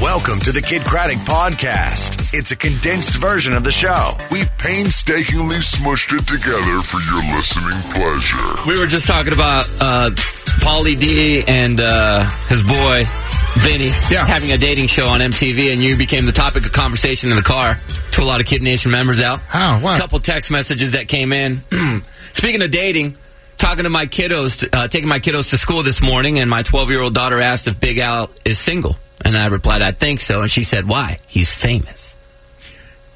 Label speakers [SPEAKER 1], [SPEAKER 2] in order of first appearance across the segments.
[SPEAKER 1] Welcome to the Kid Craddock Podcast. It's a condensed version of the show. We've painstakingly smushed it together for your listening pleasure.
[SPEAKER 2] We were just talking about uh, Paulie D and uh, his boy Vinny
[SPEAKER 3] Yeah.
[SPEAKER 2] having a dating show on MTV, and you became the topic of conversation in the car to a lot of Kid Nation members out.
[SPEAKER 3] How? What?
[SPEAKER 2] A couple text messages that came in. Speaking of dating, talking to my kiddos, uh, taking my kiddos to school this morning, and my 12 year old daughter asked if Big Al is single. And I replied, I think so. And she said, Why? He's famous.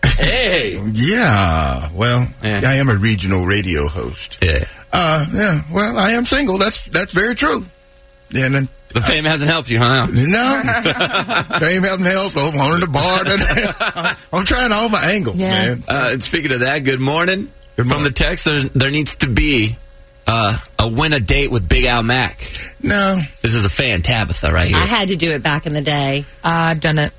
[SPEAKER 2] hey!
[SPEAKER 3] Yeah. Well,
[SPEAKER 2] Yeah.
[SPEAKER 3] I am a regional radio host.
[SPEAKER 2] Yeah.
[SPEAKER 3] Uh, yeah. Well, I am single. That's that's very true. And then,
[SPEAKER 2] The fame hasn't helped you, huh?
[SPEAKER 3] no, fame helping help. Oh, I'm on the bar. I'm- I'm trying all my angles,
[SPEAKER 4] Yeah.
[SPEAKER 3] man.
[SPEAKER 2] Uh, and speaking of that, good morning.
[SPEAKER 3] Good
[SPEAKER 2] From the
[SPEAKER 3] morning.
[SPEAKER 2] text, there, there needs to be uh, a win a date with Big Al Mac.
[SPEAKER 3] No.
[SPEAKER 2] This is a fan, Tabitha, right
[SPEAKER 4] I
[SPEAKER 2] here.
[SPEAKER 4] had to do it back in the day.
[SPEAKER 5] I've done it.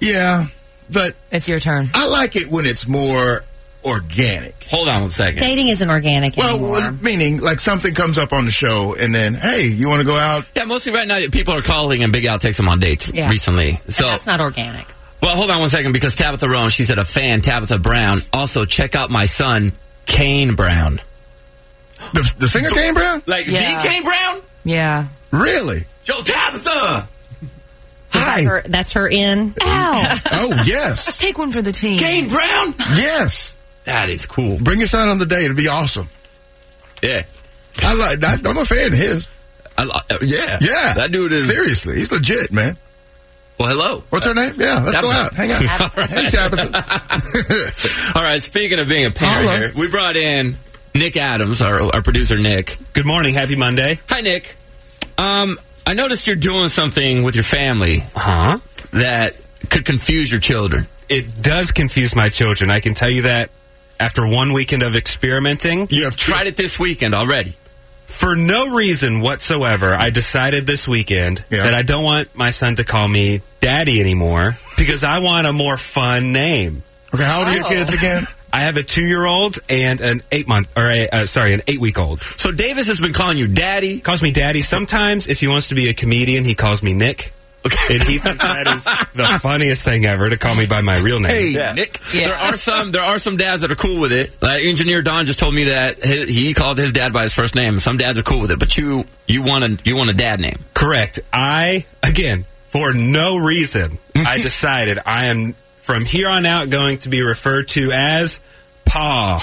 [SPEAKER 3] Yeah. But
[SPEAKER 5] It's your turn.
[SPEAKER 3] I like it when it's more organic.
[SPEAKER 2] Hold on one second.
[SPEAKER 4] Dating isn't organic
[SPEAKER 3] Well,
[SPEAKER 4] anymore.
[SPEAKER 3] meaning like something comes up on the show, and then hey, you want to go out?
[SPEAKER 2] Yeah, mostly right now people are calling and Big Al takes them on dates
[SPEAKER 4] Yeah.
[SPEAKER 2] recently. So,
[SPEAKER 4] And that's not organic.
[SPEAKER 2] well, hold on one second because Tabitha Rowan, she said a fan, Tabitha Brown. Also, check out my son, Kane Brown.
[SPEAKER 3] The, the singer Kane Brown?
[SPEAKER 2] Like
[SPEAKER 5] Yeah.
[SPEAKER 2] the Kane Brown?
[SPEAKER 5] Yeah.
[SPEAKER 3] Really?
[SPEAKER 2] Yo,
[SPEAKER 4] Is
[SPEAKER 2] Tabitha!
[SPEAKER 4] that
[SPEAKER 2] Hi,
[SPEAKER 4] her- that's her in.
[SPEAKER 5] Ow.
[SPEAKER 3] Oh yes,
[SPEAKER 5] Take one for the team.
[SPEAKER 2] Kane Brown.
[SPEAKER 3] yes.
[SPEAKER 2] That is cool.
[SPEAKER 3] Bring your son on the day; it'd be awesome.
[SPEAKER 2] Yeah,
[SPEAKER 3] I like. I, I'm a fan of his.
[SPEAKER 2] I, lo- uh, yeah,
[SPEAKER 3] Yeah,
[SPEAKER 2] That dude is
[SPEAKER 3] seriously. He's legit, man.
[SPEAKER 2] Well, hello.
[SPEAKER 3] What's her name? Yeah, let's go out, hang out. hey, Tabitha.
[SPEAKER 2] All right. Speaking of being a parent,
[SPEAKER 3] Hello.
[SPEAKER 2] here, we brought in Nick Adams, our, our producer Nick.
[SPEAKER 6] Good morning. Happy Monday.
[SPEAKER 2] Hi, Nick. Um, I noticed you're doing something with your family, huh? That could confuse your children.
[SPEAKER 6] It does confuse my children. I can tell you that after one weekend of experimenting,
[SPEAKER 3] you have
[SPEAKER 2] Tried it this weekend already.
[SPEAKER 6] for no reason whatsoever, I decided this weekend
[SPEAKER 3] Yeah.
[SPEAKER 6] that I don't want my son to call me daddy anymore because I want a more fun name.
[SPEAKER 3] Okay, how old
[SPEAKER 2] Oh.
[SPEAKER 3] are your kids again?
[SPEAKER 6] I have a two year old and an eight month, or a, uh, sorry, an eight week old.
[SPEAKER 2] So Davis has been calling you daddy.
[SPEAKER 6] Calls me daddy. Sometimes, if he wants to be a comedian, he calls me Nick.
[SPEAKER 2] Okay.
[SPEAKER 6] And he thinks that is the funniest thing ever to call me by my real name.
[SPEAKER 3] Hey,
[SPEAKER 2] Yeah.
[SPEAKER 3] Nick.
[SPEAKER 2] There are some. There are some dads that are cool with it. Like engineer Don just told me that he, he called his dad by his first name. Some dads are cool with it, but you you want a you want a dad name.
[SPEAKER 6] Correct. I, again, for no reason, I decided I am from here on out going to be referred to as Pa.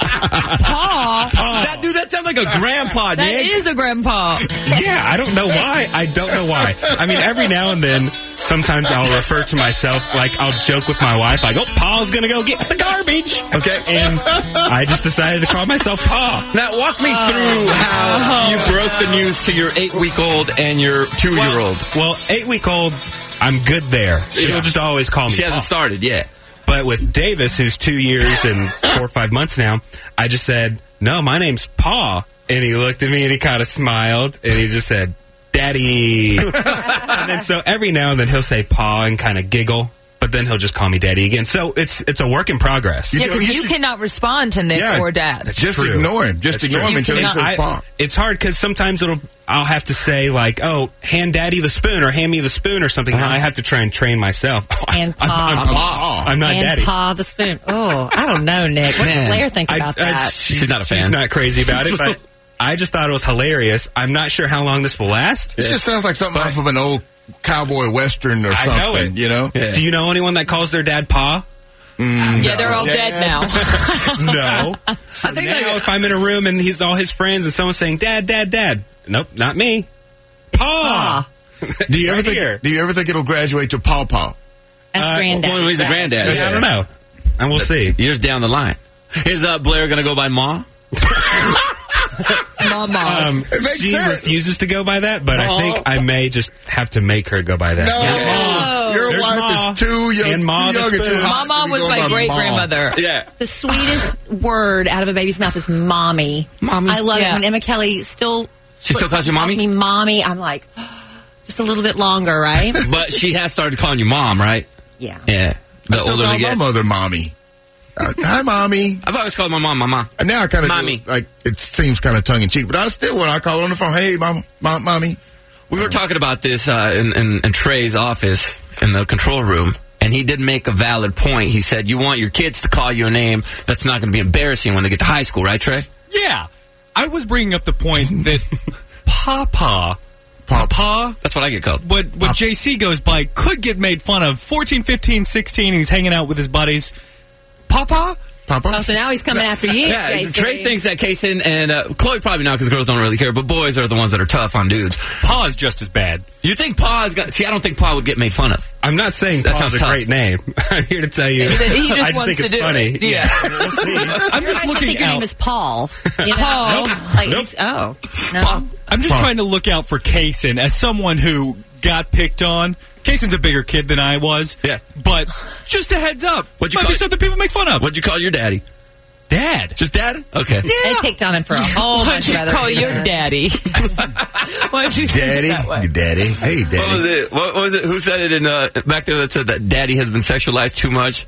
[SPEAKER 5] Paul.
[SPEAKER 2] That dude, that sounds like a grandpa.
[SPEAKER 5] That is a grandpa.
[SPEAKER 6] Yeah, I don't know why. I don't know why. I mean, every now and then, sometimes I'll refer to myself, like I'll joke with my wife, like, oh, Pa's going to go get the garbage.
[SPEAKER 3] Okay.
[SPEAKER 6] And I just decided to call myself Pa.
[SPEAKER 2] Now walk me through how you broke the news to your eight-week-old and your two-year-old.
[SPEAKER 6] Well, eight week old, I'm good there. She'll
[SPEAKER 2] Yeah.
[SPEAKER 6] just always call me
[SPEAKER 2] she
[SPEAKER 6] Pa.
[SPEAKER 2] hasn't started yet.
[SPEAKER 6] But with Davis, who's two years and four or five months now, I just said, No, my name's Pa. And he looked at me and he kind of smiled and he just said, Daddy. and then so every now and then he'll say Pa and kind of giggle, but then he'll just call me Daddy again. So it's it's a work in progress.
[SPEAKER 5] Yeah,
[SPEAKER 3] know,
[SPEAKER 5] 'cause
[SPEAKER 3] you
[SPEAKER 5] you
[SPEAKER 3] should-
[SPEAKER 5] cannot respond to Nick
[SPEAKER 3] Yeah,
[SPEAKER 5] or dad.
[SPEAKER 6] that's-
[SPEAKER 3] Just
[SPEAKER 6] True.
[SPEAKER 3] ignore him. Just
[SPEAKER 6] That's
[SPEAKER 3] ignore
[SPEAKER 6] true.
[SPEAKER 3] him
[SPEAKER 5] You
[SPEAKER 3] until he
[SPEAKER 5] cannot-
[SPEAKER 3] says
[SPEAKER 6] I-
[SPEAKER 3] "Bonk."
[SPEAKER 6] it's hard because sometimes it'll I'll have to say like, "Oh, hand Daddy the spoon" or "Hand me the spoon" or something. Now I have to try and train myself.
[SPEAKER 4] And
[SPEAKER 6] I'm,
[SPEAKER 4] Pa.
[SPEAKER 6] I'm, Pa. I'm not
[SPEAKER 4] and
[SPEAKER 6] Daddy.
[SPEAKER 4] paw the spoon. Oh, I don't know, Nick. What does Blair think about
[SPEAKER 6] I-
[SPEAKER 4] that?
[SPEAKER 6] she's,
[SPEAKER 2] She's not a fan.
[SPEAKER 6] She's not crazy about it, but I just thought it was hilarious. I'm not sure how long this will last.
[SPEAKER 3] It just sounds like something off of an old cowboy western or
[SPEAKER 6] I
[SPEAKER 3] something.
[SPEAKER 6] know it.
[SPEAKER 3] You know? Mm,
[SPEAKER 6] Do you know anyone that calls their dad Pa?
[SPEAKER 5] yeah, they're all dead now.
[SPEAKER 6] No. So I think now if I'm in a room and he's all his friends and someone's saying Dad, Dad, Dad, nope, not me. Pa.
[SPEAKER 3] Do you ever
[SPEAKER 6] Right
[SPEAKER 3] think?
[SPEAKER 6] here.
[SPEAKER 3] Do you ever think it'll graduate to Paw Paw?
[SPEAKER 4] That's
[SPEAKER 6] Uh,
[SPEAKER 4] granddad.
[SPEAKER 2] Well, he's a
[SPEAKER 4] Right.
[SPEAKER 2] granddad.
[SPEAKER 6] Yeah, I don't know, and we'll see.
[SPEAKER 2] Years down the line, is uh, Blair going to go by Ma?
[SPEAKER 5] Mama.
[SPEAKER 6] Um,
[SPEAKER 3] It makes
[SPEAKER 6] she
[SPEAKER 3] sense.
[SPEAKER 6] refuses to go by that, but I think I may just have to make her go by that.
[SPEAKER 3] No,
[SPEAKER 5] Oh,
[SPEAKER 3] your
[SPEAKER 6] There's
[SPEAKER 3] wife
[SPEAKER 6] Ma.
[SPEAKER 3] is too young,
[SPEAKER 6] And Ma
[SPEAKER 3] too young and
[SPEAKER 6] the
[SPEAKER 3] too
[SPEAKER 6] spoon.
[SPEAKER 3] hot.
[SPEAKER 5] my
[SPEAKER 3] to
[SPEAKER 5] mom
[SPEAKER 3] be
[SPEAKER 5] was
[SPEAKER 3] going
[SPEAKER 5] my
[SPEAKER 3] by
[SPEAKER 5] great
[SPEAKER 3] Ma.
[SPEAKER 5] grandmother.
[SPEAKER 2] Yeah.
[SPEAKER 4] The sweetest word out of a baby's mouth is mommy.
[SPEAKER 2] Mommy.
[SPEAKER 4] I love
[SPEAKER 5] Yeah.
[SPEAKER 4] it when Emma Kelly still.
[SPEAKER 2] She still calls you mommy?
[SPEAKER 4] Me, mommy. I'm like, just a little bit longer, right?
[SPEAKER 2] But she has started calling you mom, right?
[SPEAKER 4] yeah.
[SPEAKER 2] Yeah. The
[SPEAKER 3] Still
[SPEAKER 2] older
[SPEAKER 3] call
[SPEAKER 2] we
[SPEAKER 3] my
[SPEAKER 2] get,
[SPEAKER 3] mother, mommy. Uh, hi, mommy.
[SPEAKER 2] I've always called my mom, Mama.
[SPEAKER 3] And now I kind of
[SPEAKER 2] Mommy.
[SPEAKER 3] like it seems kind of tongue in cheek, but I still when I call on the phone, hey, mom, mom mommy.
[SPEAKER 2] We were talking about this uh, in, in, in Trey's office in the control room, and he did make a valid point. He said, You want your kids to call you a name that's not going to be embarrassing when they get to high school, right, Trey?
[SPEAKER 7] Yeah. I was bringing up the point that Papa, Papa,
[SPEAKER 2] That's what I get called.
[SPEAKER 7] what, what JC goes by, could get made fun of. 14, 15, 16, and he's hanging out with his buddies. Papa?
[SPEAKER 3] Papa.
[SPEAKER 4] Oh, so now he's coming after you.
[SPEAKER 2] Yeah,
[SPEAKER 4] JC.
[SPEAKER 2] Trey thinks that Kason and uh, Chloe probably not because girls don't really care, but boys are the ones that are tough on dudes.
[SPEAKER 7] Pa is just as bad.
[SPEAKER 2] You think Pa is going to. See, I don't think Pa would get made fun of.
[SPEAKER 6] I'm not saying
[SPEAKER 2] That
[SPEAKER 6] Pa's
[SPEAKER 2] sounds
[SPEAKER 6] a
[SPEAKER 2] tough.
[SPEAKER 6] great name. I'm here to tell you.
[SPEAKER 5] He just
[SPEAKER 6] I just
[SPEAKER 5] wants
[SPEAKER 6] think
[SPEAKER 5] to
[SPEAKER 6] it's
[SPEAKER 5] do it.
[SPEAKER 6] funny.
[SPEAKER 5] Yeah.
[SPEAKER 6] we'll see.
[SPEAKER 7] I'm just
[SPEAKER 4] I
[SPEAKER 7] looking
[SPEAKER 4] think your
[SPEAKER 7] out.
[SPEAKER 4] name is Paul. You know?
[SPEAKER 5] Paul.
[SPEAKER 4] Like, he's- oh no.
[SPEAKER 7] I'm just trying to look out for Kaysen as someone who got picked on. Kaysen's a bigger kid than I was.
[SPEAKER 2] Yeah.
[SPEAKER 7] But just a heads up.
[SPEAKER 2] What'd you
[SPEAKER 7] might
[SPEAKER 2] call
[SPEAKER 7] be
[SPEAKER 2] it?
[SPEAKER 7] something people make fun of.
[SPEAKER 2] What'd you call your daddy?
[SPEAKER 7] Dad.
[SPEAKER 2] Just dad? Okay.
[SPEAKER 4] They picked on him for a whole
[SPEAKER 5] Why
[SPEAKER 4] bunch
[SPEAKER 5] don't
[SPEAKER 4] of
[SPEAKER 5] you
[SPEAKER 4] other
[SPEAKER 5] call your
[SPEAKER 4] reasons.
[SPEAKER 5] daddy? Why don't you say
[SPEAKER 3] daddy,
[SPEAKER 5] it that way?
[SPEAKER 3] daddy, hey,
[SPEAKER 2] What was
[SPEAKER 3] daddy.
[SPEAKER 2] it? What was it? Who said it in uh, back there that said that daddy has been sexualized too much?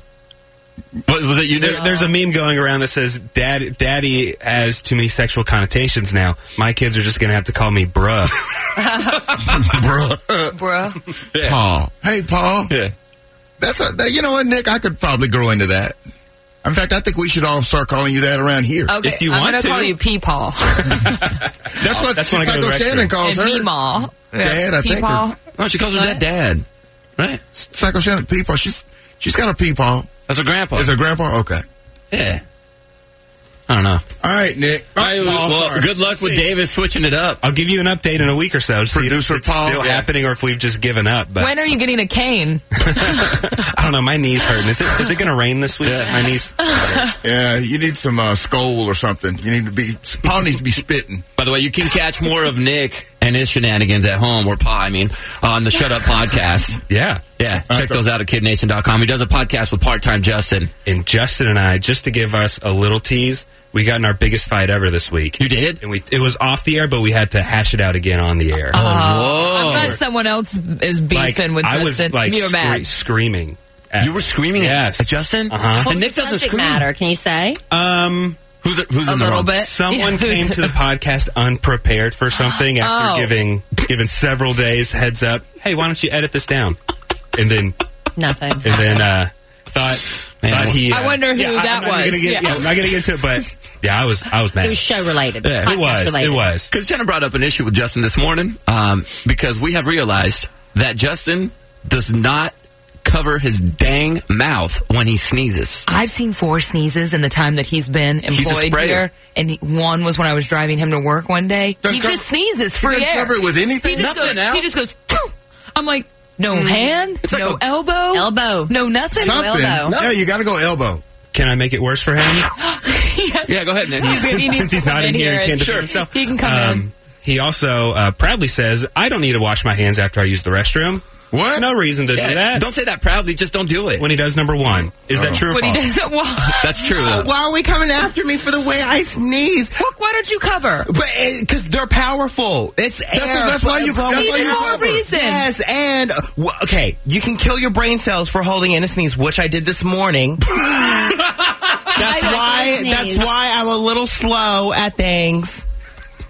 [SPEAKER 2] What was it? You
[SPEAKER 6] There, there's a meme going around that says "Dad, Daddy has too many sexual connotations now. My kids are just going to have to call me bruh."
[SPEAKER 3] Uh-huh. Bruh.
[SPEAKER 5] Bruh.
[SPEAKER 3] Paul. Hey, Paul.
[SPEAKER 2] yeah.
[SPEAKER 3] That's a. that- You know what, Nick? I could probably grow into that. In fact, I think we should all start calling you that around here.
[SPEAKER 5] Okay,
[SPEAKER 6] If you
[SPEAKER 5] I'm
[SPEAKER 6] want
[SPEAKER 5] gonna
[SPEAKER 6] to.
[SPEAKER 5] call you Peepaw
[SPEAKER 3] that's what
[SPEAKER 6] that's when I go to the
[SPEAKER 3] Psycho Shannon
[SPEAKER 6] restroom.
[SPEAKER 3] calls
[SPEAKER 5] and
[SPEAKER 3] her.
[SPEAKER 5] Meemaw. Yeah,
[SPEAKER 3] Dad, I think,
[SPEAKER 5] Peepaw.
[SPEAKER 3] or-
[SPEAKER 2] No, she calls her dad dad. Right?
[SPEAKER 3] Psycho Shannon, peepaw. She's she's got a peepaw.
[SPEAKER 2] That's her grandpa.
[SPEAKER 3] Is her grandpa okay?
[SPEAKER 2] yeah. I don't know.
[SPEAKER 3] All right, Nick.
[SPEAKER 2] All right,
[SPEAKER 3] Oh, Paul,
[SPEAKER 2] well,
[SPEAKER 3] sorry.
[SPEAKER 2] good luck with Davis switching it up.
[SPEAKER 6] I'll give you an update in a week or so. To see if
[SPEAKER 3] Producer
[SPEAKER 6] it's
[SPEAKER 3] Paul,
[SPEAKER 6] still
[SPEAKER 3] yeah.
[SPEAKER 6] happening, or if we've just given up. But
[SPEAKER 5] When are you getting a cane? Uh,
[SPEAKER 6] I don't know. My knee's hurting. Is it? Is it going to rain this week? My knees.
[SPEAKER 3] Yeah, you need some uh, scold or something. You need to be. Paul needs to be spitting.
[SPEAKER 2] By the way, you can catch more of Nick and his shenanigans at home, or Pa, I mean, on the Shut Up podcast.
[SPEAKER 6] Yeah.
[SPEAKER 2] Yeah,
[SPEAKER 3] Uh,
[SPEAKER 2] check those out at kidnation.com. He does a podcast with part time Justin.
[SPEAKER 6] And Justin and I, just to give us a little tease, we got in our biggest fight ever this week.
[SPEAKER 2] You did? Oh,
[SPEAKER 6] And we it was off the air, but we had to hash it out again on the air.
[SPEAKER 2] Whoa.
[SPEAKER 5] I bet someone else is
[SPEAKER 6] like,
[SPEAKER 5] beefing with
[SPEAKER 6] I was
[SPEAKER 5] Justin.
[SPEAKER 6] like
[SPEAKER 5] You're
[SPEAKER 6] scre-
[SPEAKER 5] mad.
[SPEAKER 6] screaming. at-
[SPEAKER 2] You were screaming
[SPEAKER 6] yes.
[SPEAKER 2] at, at Justin?
[SPEAKER 6] Uh-huh.
[SPEAKER 2] And Nick doesn't
[SPEAKER 4] Subject
[SPEAKER 2] scream.
[SPEAKER 4] matter. Can you say?
[SPEAKER 6] Um,
[SPEAKER 2] Who's, who's
[SPEAKER 5] A
[SPEAKER 2] in the
[SPEAKER 5] little
[SPEAKER 2] wrong?
[SPEAKER 5] bit.
[SPEAKER 6] someone
[SPEAKER 5] Yeah.
[SPEAKER 6] came to the podcast unprepared for something after
[SPEAKER 5] Oh.
[SPEAKER 6] giving giving several days heads up. Hey, why don't you edit this down? And then
[SPEAKER 4] Nothing.
[SPEAKER 6] and then uh, thought
[SPEAKER 2] Man,
[SPEAKER 6] thought he.
[SPEAKER 5] I
[SPEAKER 6] uh,
[SPEAKER 5] wonder who
[SPEAKER 6] yeah, I-
[SPEAKER 5] that
[SPEAKER 6] I'm not
[SPEAKER 5] was.
[SPEAKER 6] Gonna get,
[SPEAKER 5] Yeah.
[SPEAKER 6] yeah, I'm not going to get into it, but yeah, I was I was mad.
[SPEAKER 4] It was show related.
[SPEAKER 6] Yeah,
[SPEAKER 4] podcast
[SPEAKER 6] it was.
[SPEAKER 4] Related.
[SPEAKER 6] It was.
[SPEAKER 2] Because Jenna brought up an issue with Justin this morning um, because we have realized that Justin does not cover his dang mouth when he sneezes.
[SPEAKER 5] I've seen four sneezes in the time that he's been
[SPEAKER 2] a
[SPEAKER 5] employed
[SPEAKER 2] sprayer.
[SPEAKER 5] here, and he- one was when I was driving him to work one day.
[SPEAKER 3] Doesn't
[SPEAKER 5] he
[SPEAKER 3] cover-
[SPEAKER 5] just sneezes free
[SPEAKER 3] doesn't
[SPEAKER 5] air.
[SPEAKER 3] cover it with anything?
[SPEAKER 5] He just
[SPEAKER 2] Nothing,
[SPEAKER 5] goes.
[SPEAKER 2] Al.
[SPEAKER 5] He just goes. "Phew." I'm like, no hand,
[SPEAKER 2] like
[SPEAKER 5] no
[SPEAKER 2] a-
[SPEAKER 5] elbow,
[SPEAKER 4] Elbow.
[SPEAKER 5] no nothing.
[SPEAKER 3] Something.
[SPEAKER 4] elbow.
[SPEAKER 3] Yeah, you got to go elbow.
[SPEAKER 6] Can I make it worse for him?
[SPEAKER 5] Yes.
[SPEAKER 2] Yeah, go ahead, Nick.
[SPEAKER 5] He's- he needs
[SPEAKER 6] Since
[SPEAKER 5] to
[SPEAKER 6] he's
[SPEAKER 5] come
[SPEAKER 6] not in here, he can't
[SPEAKER 5] and-
[SPEAKER 6] defend himself. Um,
[SPEAKER 5] He can come in.
[SPEAKER 6] He also uh, proudly says, "I don't need to wash my hands after I use the restroom."
[SPEAKER 3] What?
[SPEAKER 6] No reason to do that.
[SPEAKER 2] Don't say that proudly, just don't do it.
[SPEAKER 6] When he does number one, is that true? Or
[SPEAKER 5] But he
[SPEAKER 6] false?
[SPEAKER 5] doesn't walk.
[SPEAKER 2] That's true, though.
[SPEAKER 8] Why are we coming after me for the way I sneeze?
[SPEAKER 5] Look, why don't you cover?
[SPEAKER 8] But because they're powerful, it's
[SPEAKER 3] That's-
[SPEAKER 8] air.
[SPEAKER 3] that's why you-
[SPEAKER 8] But-
[SPEAKER 3] that's why
[SPEAKER 5] Even
[SPEAKER 3] you
[SPEAKER 5] more
[SPEAKER 3] cover.
[SPEAKER 5] reason.
[SPEAKER 8] Yes, and uh, w- okay, you can kill your brain cells for holding in a sneeze, which I did this morning. that's
[SPEAKER 4] like
[SPEAKER 8] why.
[SPEAKER 4] to
[SPEAKER 8] That's
[SPEAKER 4] sneeze.
[SPEAKER 8] why I'm a little slow at things.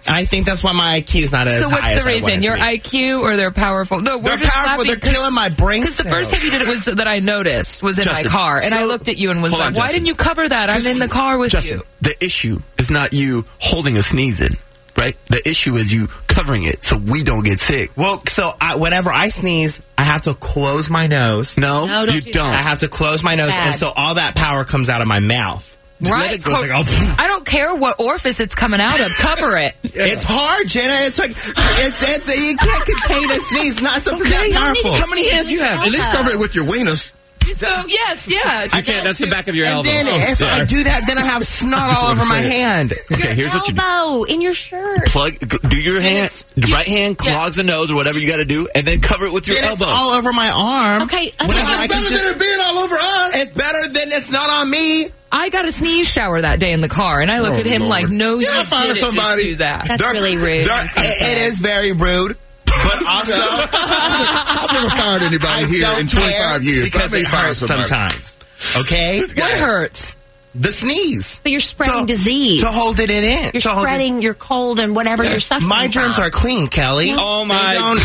[SPEAKER 8] I think that's why my IQ is not as
[SPEAKER 5] So
[SPEAKER 8] high
[SPEAKER 5] what's
[SPEAKER 8] as
[SPEAKER 5] the
[SPEAKER 8] I want it
[SPEAKER 5] reason?
[SPEAKER 8] to
[SPEAKER 5] Your
[SPEAKER 8] be.
[SPEAKER 5] IQ or they're powerful? No, we're
[SPEAKER 8] They're
[SPEAKER 5] just
[SPEAKER 8] powerful. They're killing my brain
[SPEAKER 5] Because the first time you did it was that I noticed was in my
[SPEAKER 2] Justin,
[SPEAKER 5] car, and I
[SPEAKER 2] so-
[SPEAKER 5] looked at you and was
[SPEAKER 2] Hold
[SPEAKER 5] like,
[SPEAKER 2] on,
[SPEAKER 5] "Why
[SPEAKER 2] Justin.
[SPEAKER 5] didn't you cover that? I'm in the car with
[SPEAKER 2] Justin,
[SPEAKER 5] you."
[SPEAKER 2] the issue is not you holding a sneeze in. right?
[SPEAKER 8] The issue is you covering it so we don't get sick. Well, Oh, so I, whenever I sneeze, I have to close my nose.
[SPEAKER 2] No,
[SPEAKER 4] No, don't
[SPEAKER 2] you
[SPEAKER 4] do
[SPEAKER 2] don't.
[SPEAKER 8] I have to close my nose,
[SPEAKER 4] Bad.
[SPEAKER 8] and so all that power comes out of my mouth.
[SPEAKER 5] Right.
[SPEAKER 8] So it's, like, oh,
[SPEAKER 5] I don't care what orifice it's coming out of. Cover it.
[SPEAKER 8] it's hard, Jenna. It's like it's, it's you can't contain a sneeze. Not something that powerful.
[SPEAKER 2] How many hands you have?
[SPEAKER 3] At
[SPEAKER 8] Uh,
[SPEAKER 3] least cover it with your weenus.
[SPEAKER 5] So yes, yeah.
[SPEAKER 7] You can't. That's the back of your
[SPEAKER 8] and
[SPEAKER 7] elbow.
[SPEAKER 8] then if
[SPEAKER 2] Oh,
[SPEAKER 8] I do that, then I have snot all over my hand.
[SPEAKER 2] Okay, here's what you do.
[SPEAKER 4] elbow in your shirt.
[SPEAKER 2] Plug, g- do your hand, the right hand clogs the nose or whatever you got to do, and then cover it with your
[SPEAKER 8] Then it's
[SPEAKER 2] elbow.
[SPEAKER 8] all over my arm.
[SPEAKER 4] Okay,
[SPEAKER 8] Whenever
[SPEAKER 4] that's
[SPEAKER 8] I can
[SPEAKER 4] better
[SPEAKER 8] just-
[SPEAKER 3] They're being all over us.
[SPEAKER 8] uh, it's better than it's not on me.
[SPEAKER 5] I got a sneeze shower that day in the car, and I looked
[SPEAKER 3] Oh,
[SPEAKER 5] at him
[SPEAKER 3] Lord.
[SPEAKER 5] like, "No,
[SPEAKER 3] Yeah,
[SPEAKER 5] you
[SPEAKER 3] I found
[SPEAKER 5] didn't just
[SPEAKER 3] somebody.
[SPEAKER 5] do that."
[SPEAKER 4] That's really rude.
[SPEAKER 3] they're-
[SPEAKER 8] It- it is very rude, but also.
[SPEAKER 3] I've never fired anybody here in
[SPEAKER 8] don't
[SPEAKER 3] 25
[SPEAKER 8] care
[SPEAKER 3] years. but I
[SPEAKER 8] because
[SPEAKER 3] may
[SPEAKER 8] it
[SPEAKER 3] fire
[SPEAKER 8] hurts
[SPEAKER 3] somebody.
[SPEAKER 8] sometimes. Okay,
[SPEAKER 5] What hurts?
[SPEAKER 8] the sneeze
[SPEAKER 4] but you're spreading
[SPEAKER 8] So-
[SPEAKER 4] disease.
[SPEAKER 8] to hold it in. it.
[SPEAKER 4] you're
[SPEAKER 8] to hold it-
[SPEAKER 4] spreading your cold and whatever you're suffering.
[SPEAKER 8] My germs
[SPEAKER 4] from.
[SPEAKER 8] are clean, Kelly.
[SPEAKER 6] Oh, my-
[SPEAKER 8] They don't-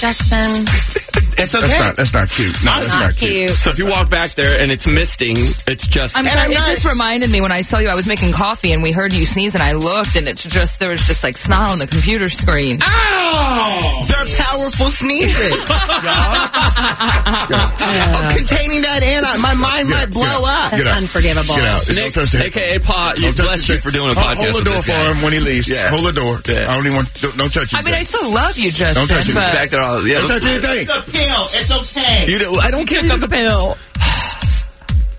[SPEAKER 4] Justin.
[SPEAKER 8] It's okay.
[SPEAKER 3] That's not. That's not cute. No, that's
[SPEAKER 4] Not
[SPEAKER 3] not cute.
[SPEAKER 4] cute.
[SPEAKER 2] so if you walk back there and it's misting, it's just
[SPEAKER 5] I'm
[SPEAKER 8] And
[SPEAKER 5] sorry.
[SPEAKER 8] I'm
[SPEAKER 5] it
[SPEAKER 8] not-
[SPEAKER 5] just reminded me when I saw you. I was making coffee, and we heard you sneeze, and I looked, and it's just there was just like snot on the computer screen.
[SPEAKER 8] They're powerful sneezes. y'all. Oh, containing that in, I, my mind might blow up.
[SPEAKER 4] That's
[SPEAKER 3] out.
[SPEAKER 4] unforgivable.
[SPEAKER 3] Get out.
[SPEAKER 2] Nick,
[SPEAKER 3] Don't touch that.
[SPEAKER 2] aka Pa, you
[SPEAKER 3] Don't touch
[SPEAKER 2] bless
[SPEAKER 3] that.
[SPEAKER 2] you for doing a
[SPEAKER 3] Hold- Hold
[SPEAKER 2] podcast.
[SPEAKER 3] the
[SPEAKER 2] with
[SPEAKER 3] door
[SPEAKER 2] this
[SPEAKER 3] for
[SPEAKER 2] guy.
[SPEAKER 3] him when he leaves.
[SPEAKER 2] Yeah.
[SPEAKER 3] Hold the door.
[SPEAKER 2] Yeah.
[SPEAKER 3] I don't even want. Don't, don't touch his
[SPEAKER 5] I mean, I
[SPEAKER 3] back.
[SPEAKER 5] still love you, Justin.
[SPEAKER 3] Don't touch it.
[SPEAKER 5] but
[SPEAKER 2] Back there, all, yeah,
[SPEAKER 3] Don't
[SPEAKER 2] let's-
[SPEAKER 3] touch anything.
[SPEAKER 8] pill. It's okay.
[SPEAKER 2] you know, I don't care.
[SPEAKER 5] Took a pill.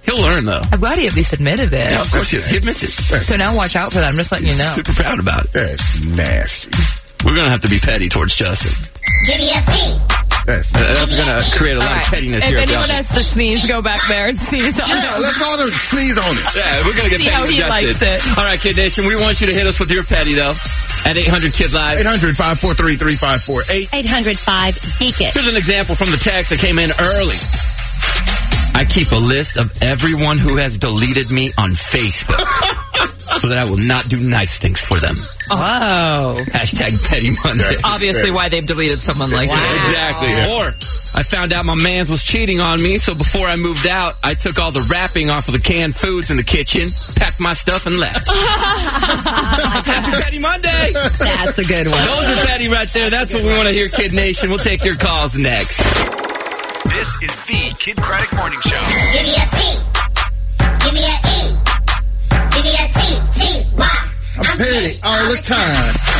[SPEAKER 2] He'll learn though.
[SPEAKER 5] I'm glad he at least admitted it.
[SPEAKER 2] Of course, he he admits it.
[SPEAKER 5] So now watch out for that. I'm just letting you know.
[SPEAKER 2] Super proud about it.
[SPEAKER 3] That's nasty.
[SPEAKER 2] We're gonna have to be petty towards Justin.
[SPEAKER 3] That's nasty.
[SPEAKER 2] Uh, That's gonna create a lot of
[SPEAKER 5] Alright.
[SPEAKER 2] pettiness
[SPEAKER 5] if
[SPEAKER 2] here. at the
[SPEAKER 5] anyone
[SPEAKER 2] office.
[SPEAKER 5] has to sneeze, go back there and sneeze on
[SPEAKER 3] Yeah,
[SPEAKER 5] them.
[SPEAKER 3] let's go on and sneeze on it.
[SPEAKER 2] Yeah, we're gonna get
[SPEAKER 5] See
[SPEAKER 2] petty
[SPEAKER 5] how
[SPEAKER 2] with
[SPEAKER 5] he
[SPEAKER 2] Justin.
[SPEAKER 5] likes it.
[SPEAKER 2] All right, Kid Nation, we want you to hit us with your petty though at 800 Kid Live.
[SPEAKER 3] 800 543 3548.
[SPEAKER 4] 805 Geek It.
[SPEAKER 2] Here's an example from the text that came in early. I keep a list of everyone who has deleted me on Facebook so that I will not do nice things for them.
[SPEAKER 5] Oh.
[SPEAKER 2] Hashtag petty Monday.
[SPEAKER 5] Obviously, why they've deleted someone like that.
[SPEAKER 2] Exactly. Or I found out my man's was cheating on me, so before I moved out, I took all the wrapping off of the canned foods in the kitchen, packed my stuff, and left. Happy Petty Monday!
[SPEAKER 5] That's a good one.
[SPEAKER 2] Those are petty right there. That's what we want to hear, Kid Nation. We'll take your calls next.
[SPEAKER 1] This is the Kid Craddock Morning Show.
[SPEAKER 9] Give me a P. Give me a E. Give me a T. T. Y.
[SPEAKER 3] I'm petty all the time.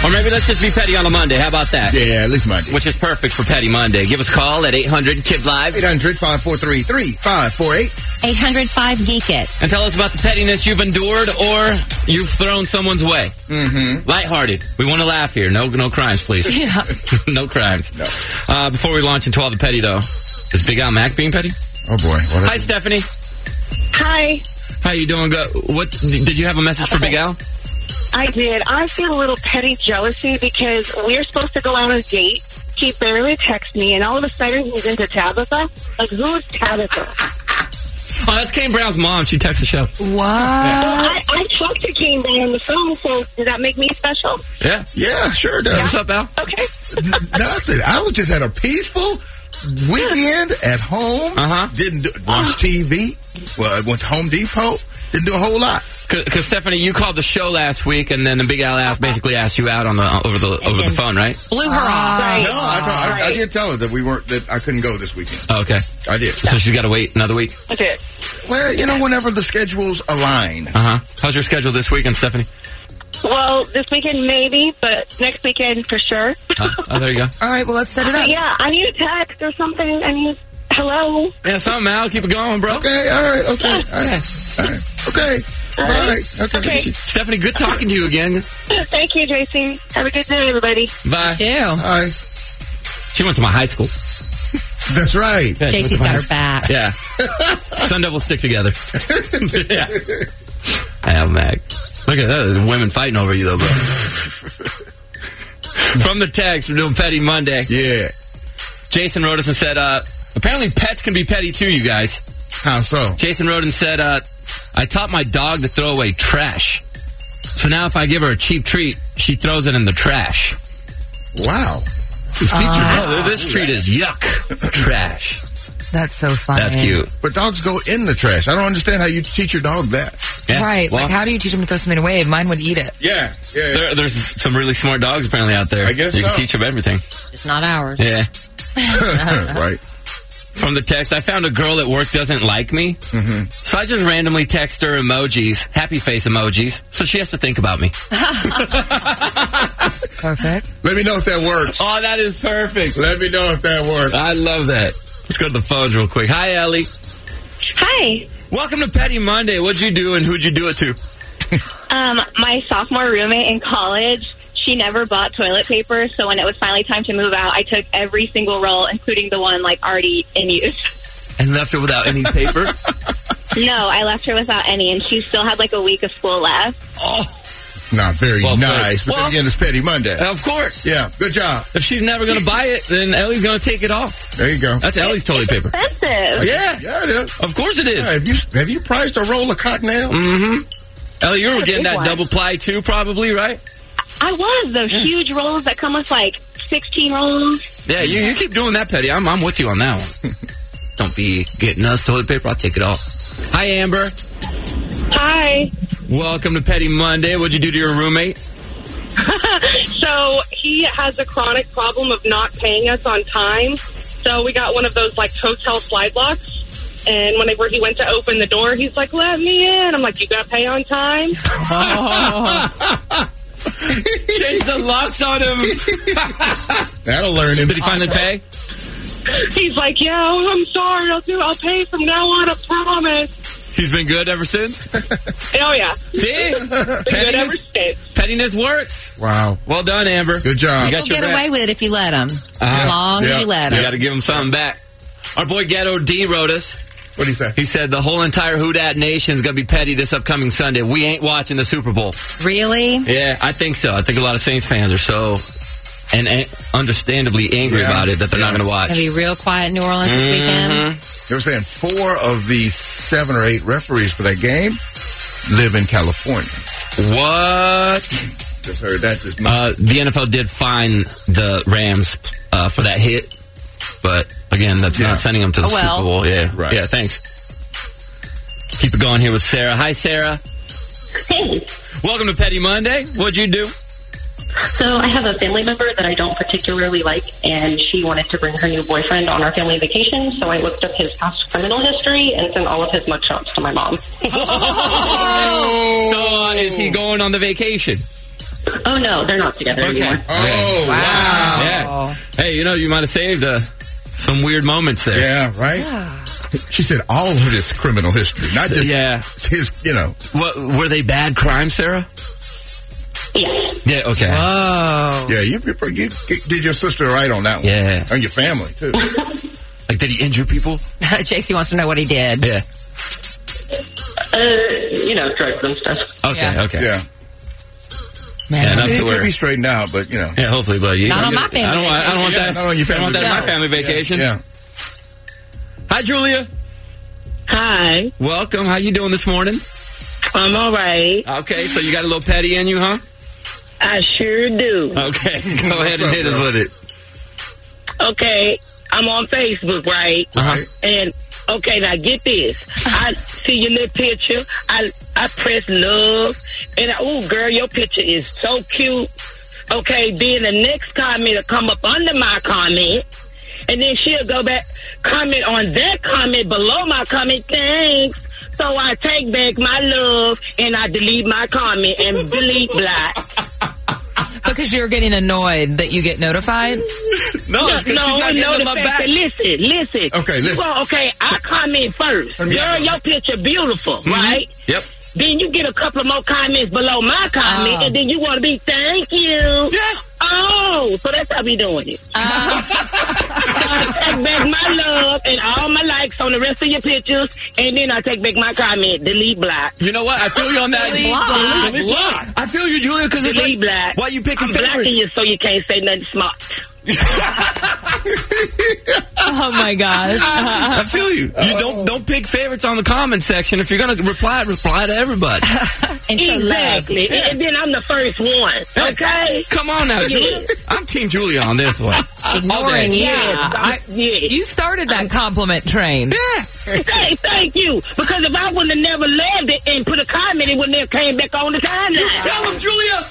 [SPEAKER 2] Or maybe let's just be petty on a Monday. How about that?
[SPEAKER 3] Yeah, at least mine did.
[SPEAKER 2] Which is perfect for Petty Monday. Give us a call at 800 Kid Live
[SPEAKER 3] 800 543 3548.
[SPEAKER 4] 805 Geek It.
[SPEAKER 2] and tell us about the pettiness you've endured or you've thrown someone's way. Mm-hmm. Lighthearted. We want to laugh here. No, no crimes, please.
[SPEAKER 5] Yeah.
[SPEAKER 2] no crimes. Uh, before we launch into all the petty, though, is Big Al Mac being petty?
[SPEAKER 3] Oh, boy. What a-
[SPEAKER 2] Hi, Stephanie.
[SPEAKER 9] Hi,
[SPEAKER 2] How you doing? Go- What did you have a message for Big Al?
[SPEAKER 9] I did. I feel a little petty jealousy because we're supposed to go on a date. He barely texts me, and all of a sudden he's into Tabitha. Like, who's Tabitha?
[SPEAKER 2] Oh, that's Kane Brown's mom. She texted the show.
[SPEAKER 5] Wow.
[SPEAKER 9] I, I talked to Kane Brown on the phone, so does that make me special?
[SPEAKER 2] Yeah.
[SPEAKER 3] Yeah, sure does.
[SPEAKER 2] What's up, Al?
[SPEAKER 9] Okay.
[SPEAKER 3] Nothing. I was just at a peaceful weekend at home.
[SPEAKER 2] Uh-huh.
[SPEAKER 3] Didn't do, watch TV. Well, I went to Home Depot. Oh, Didn't do a whole lot.
[SPEAKER 2] Because Stephanie, you called the show last week, and then the Big Al asked, basically asked you out on the over the over the phone, right?
[SPEAKER 4] Blew her off.
[SPEAKER 9] Right.
[SPEAKER 3] No, I, told, I, I
[SPEAKER 9] Right.
[SPEAKER 3] did tell her that we weren't that I couldn't go this weekend.
[SPEAKER 2] Oh, okay.
[SPEAKER 3] I did.
[SPEAKER 2] So she's got to wait another week.
[SPEAKER 9] That's it.
[SPEAKER 3] Well, you know, whenever the schedules align.
[SPEAKER 2] Uh huh. How's your schedule this weekend, Stephanie?
[SPEAKER 9] Well, this weekend maybe, but next weekend for sure.
[SPEAKER 2] Uh, oh, there you go.
[SPEAKER 5] All right, well, let's set it up.
[SPEAKER 9] yeah, I need a text or something. I need hello.
[SPEAKER 2] Yeah, something, Al. Keep it going, bro.
[SPEAKER 3] Okay, all right, okay, all right, all right, okay, all right, okay.
[SPEAKER 9] Okay.
[SPEAKER 2] Stephanie, good talking to you again.
[SPEAKER 9] Thank you, Tracy. Have a good day, everybody.
[SPEAKER 2] Bye.
[SPEAKER 5] Ew.
[SPEAKER 3] All right.
[SPEAKER 2] She went to my high school.
[SPEAKER 3] That's right.
[SPEAKER 4] JC's got her back.
[SPEAKER 2] Yeah. Sun Devils stick together. yeah. Al Mac. Look at those women fighting over you, though, bro. From the text, we're doing Petty Monday.
[SPEAKER 3] Yeah.
[SPEAKER 2] Jason wrote us and said, uh, apparently pets can be petty too, you guys.
[SPEAKER 3] How so?
[SPEAKER 2] Jason Roden said, uh, I taught my dog to throw away trash. So now if I give her a cheap treat, she throws it in the trash.
[SPEAKER 3] Wow. Uh.
[SPEAKER 2] Oh, this treat is yuck. Uh, trash.
[SPEAKER 5] That's so funny.
[SPEAKER 3] But dogs go in the trash. I don't understand how you teach your dog that.
[SPEAKER 5] Right. like, how do you teach them to throw something away? Mine would eat it.
[SPEAKER 3] Yeah, yeah.
[SPEAKER 2] There, there's some really smart dogs apparently out there.
[SPEAKER 3] I guess
[SPEAKER 2] you can
[SPEAKER 3] so.
[SPEAKER 2] teach them everything.
[SPEAKER 4] It's not ours.
[SPEAKER 2] Yeah.
[SPEAKER 3] right.
[SPEAKER 2] From the text, I found a girl at work doesn't like me, so I just randomly text her emojis, happy face emojis, so she has to think about me.
[SPEAKER 5] Perfect.
[SPEAKER 3] Let me know if that works.
[SPEAKER 2] Oh, that is perfect.
[SPEAKER 3] Let me know if that works.
[SPEAKER 2] I love that. Let's go to the phones real quick. Hi, Ellie.
[SPEAKER 9] Hi.
[SPEAKER 2] Welcome to Petty Monday. What'd you do and who'd you do it to?
[SPEAKER 9] Um, my sophomore roommate in college, she never bought toilet paper, so when it was finally time to move out, I took every single roll, including the one like already in use.
[SPEAKER 2] And left her without any paper.
[SPEAKER 9] No, I left her without any, and she still had like a week of school left.
[SPEAKER 3] It's not very
[SPEAKER 2] Well,
[SPEAKER 3] nice. But
[SPEAKER 2] well-
[SPEAKER 3] then again, it's Petty Monday.
[SPEAKER 2] of course.
[SPEAKER 3] Yeah, good job.
[SPEAKER 2] If she's never going to buy it, then Ellie's going to take it off.
[SPEAKER 3] There you go.
[SPEAKER 2] That's Ellie's toilet paper.
[SPEAKER 9] Expensive.
[SPEAKER 2] Yeah,
[SPEAKER 3] Yeah, it is.
[SPEAKER 2] of course it is.
[SPEAKER 3] Yeah, have you have you priced a roll of cottonelle?
[SPEAKER 2] Mm-hmm. Ellie, you were
[SPEAKER 9] That's a
[SPEAKER 2] getting
[SPEAKER 9] big
[SPEAKER 2] that
[SPEAKER 9] one.
[SPEAKER 2] double ply too, probably, right?
[SPEAKER 9] I was those huge rolls that come with like sixteen rolls.
[SPEAKER 2] Yeah, you, you keep doing that, Petty. I'm, I'm with you on that one. Don't be getting us toilet paper. I'll take it off. Hi, Amber.
[SPEAKER 9] Hi.
[SPEAKER 2] Welcome to Petty Monday. What'd you do to your roommate?
[SPEAKER 10] So he has a chronic problem of not paying us on time. So we got one of those like hotel slide locks. And whenever he went to open the door, he's like, "Let me in." I'm like, "You gotta pay on time."
[SPEAKER 2] Change Oh. the locks on him.
[SPEAKER 3] That'll learn him.
[SPEAKER 2] Did he finally pay?
[SPEAKER 10] He's like, "Yeah, oh, I'm sorry. I'll do. I'll pay from now on. I promise."
[SPEAKER 2] He's been good ever since.
[SPEAKER 10] Oh yeah,
[SPEAKER 2] See?
[SPEAKER 10] good ever
[SPEAKER 2] Pettiness,
[SPEAKER 10] since.
[SPEAKER 2] pettiness works.
[SPEAKER 3] Wow.
[SPEAKER 2] Well done, Amber.
[SPEAKER 3] Good job.
[SPEAKER 2] You
[SPEAKER 4] You'll
[SPEAKER 2] got your
[SPEAKER 4] get
[SPEAKER 2] back.
[SPEAKER 4] away with it if you let them. as long
[SPEAKER 3] yeah,
[SPEAKER 4] as you let
[SPEAKER 2] Uh-huh. You
[SPEAKER 4] them.
[SPEAKER 2] got to give him something back. Our boy Ghetto D wrote us.
[SPEAKER 3] What do you say?
[SPEAKER 2] He said the whole entire Who Dat Nation's gonna be petty this upcoming Sunday. We ain't watching the Super Bowl.
[SPEAKER 4] Really?
[SPEAKER 2] Yeah, I think so. I think a lot of Saints fans are so and, and understandably angry
[SPEAKER 3] Yeah.
[SPEAKER 2] about it that they're not gonna watch.
[SPEAKER 4] Gonna be real quiet in New Orleans this
[SPEAKER 3] Mm-hmm.
[SPEAKER 4] weekend.
[SPEAKER 2] Mm-hmm.
[SPEAKER 3] They were saying four of the seven or eight referees for that game live in California.
[SPEAKER 2] What?
[SPEAKER 3] Just heard that just now.
[SPEAKER 2] Uh, the NFL did fine the Rams uh, for that hit, but again, that's
[SPEAKER 3] Yeah.
[SPEAKER 2] not sending them to the
[SPEAKER 4] Oh, well.
[SPEAKER 2] Super Bowl. Yeah,
[SPEAKER 3] Right.
[SPEAKER 2] Yeah, thanks. Keep it going here with Sarah. Hi, Sarah.
[SPEAKER 10] Hey,
[SPEAKER 2] Welcome to Petty Monday. What'd you do?
[SPEAKER 10] so I have a family member that I don't particularly like, and she wanted to bring her new boyfriend on our family vacation. So I looked up his past criminal history and sent all of his mugshots to my mom.
[SPEAKER 4] Oh!
[SPEAKER 2] So, uh, is he going on the vacation?
[SPEAKER 10] Oh no, they're not together anymore.
[SPEAKER 3] oh, wow.
[SPEAKER 2] Yeah. Hey, you know, you might have saved uh, some weird moments there.
[SPEAKER 3] Yeah, right? She said all of his criminal history, not just
[SPEAKER 2] Yeah.
[SPEAKER 3] his, you know.
[SPEAKER 2] What were they bad crimes, Sarah?
[SPEAKER 10] Yes.
[SPEAKER 2] Yeah. Okay.
[SPEAKER 3] Yeah, you, you, you did your sister right on that one.
[SPEAKER 2] Yeah.
[SPEAKER 3] And your family, too.
[SPEAKER 2] Like, did he injure people?
[SPEAKER 4] JC wants to know what he did.
[SPEAKER 2] Yeah.
[SPEAKER 10] Uh, you know, drugs and stuff.
[SPEAKER 2] Okay.
[SPEAKER 5] Yeah.
[SPEAKER 2] Okay.
[SPEAKER 3] yeah.
[SPEAKER 4] Man.
[SPEAKER 2] Yeah,
[SPEAKER 3] I mean,
[SPEAKER 2] enough to
[SPEAKER 3] it could
[SPEAKER 2] worry.
[SPEAKER 3] be straightened out, but, you know.
[SPEAKER 2] Yeah, hopefully, but you.
[SPEAKER 4] Not on my
[SPEAKER 2] I don't
[SPEAKER 4] family
[SPEAKER 2] want. I don't want
[SPEAKER 3] vacation.
[SPEAKER 2] that.
[SPEAKER 3] Not on your
[SPEAKER 2] I don't want
[SPEAKER 3] family
[SPEAKER 2] that on my family
[SPEAKER 3] vacation.
[SPEAKER 2] vacation.
[SPEAKER 3] Yeah.
[SPEAKER 2] Hi, Julia.
[SPEAKER 10] Hi,
[SPEAKER 2] Welcome. How you doing this morning?
[SPEAKER 10] I'm all right.
[SPEAKER 2] Okay, so you got a little petty in you, huh?
[SPEAKER 10] I sure do.
[SPEAKER 2] Okay. Go ahead and hit us with it.
[SPEAKER 10] Okay, I'm on Facebook, right?
[SPEAKER 2] Uh-huh.
[SPEAKER 10] And okay, now get this. I see your little picture. I I press love, and oh, girl, your picture is so cute. Okay, then the next comment will come up under my comment, and then she'll go back comment on that comment below my comment. Thanks. So I take back my love and I delete my comment and delete black.
[SPEAKER 5] Because you're getting annoyed that you get notified.
[SPEAKER 2] No,
[SPEAKER 10] no,
[SPEAKER 2] it's because she's not
[SPEAKER 10] no,
[SPEAKER 2] getting
[SPEAKER 10] the
[SPEAKER 2] the love
[SPEAKER 10] fact
[SPEAKER 2] back.
[SPEAKER 10] that- listen, listen.
[SPEAKER 3] Okay,
[SPEAKER 10] You
[SPEAKER 3] listen.
[SPEAKER 10] go, okay, I comment first.
[SPEAKER 3] Let me-
[SPEAKER 10] Girl, your picture beautiful, right?
[SPEAKER 2] Mm-hmm. Yep.
[SPEAKER 10] Then you get a couple of more comments below my comment,
[SPEAKER 5] Oh.
[SPEAKER 10] and then you want to be thank you.
[SPEAKER 2] Yeah.
[SPEAKER 10] Oh, so that's how we doing it.
[SPEAKER 5] Oh.
[SPEAKER 10] I take back my love and all my likes on the rest of your pictures, and then I take back my comment, delete black.
[SPEAKER 2] You know what? I feel you on that.
[SPEAKER 5] Delete block.
[SPEAKER 2] Delete block. I feel you, Julia, because it's
[SPEAKER 10] Delete
[SPEAKER 2] like,
[SPEAKER 10] black.
[SPEAKER 2] why you picking
[SPEAKER 10] I'm blocking
[SPEAKER 2] favorites?
[SPEAKER 10] you so you can't say nothing smart.
[SPEAKER 5] Oh my gosh.
[SPEAKER 10] Uh,
[SPEAKER 2] I feel you. You don't don't pick favorites on the comment section. If you're gonna reply, reply to everybody.
[SPEAKER 10] exactly. And then I'm the first one. Okay.
[SPEAKER 2] Uh, Come on now, Julia. I'm Team Julia on this one.
[SPEAKER 5] Ignoring you.
[SPEAKER 10] Yes, I'm-
[SPEAKER 5] I- You started that compliment train.
[SPEAKER 10] Say thank you because if I would have never landed and put a comment, it would have came back on the timeline.
[SPEAKER 2] Tell him, Julia.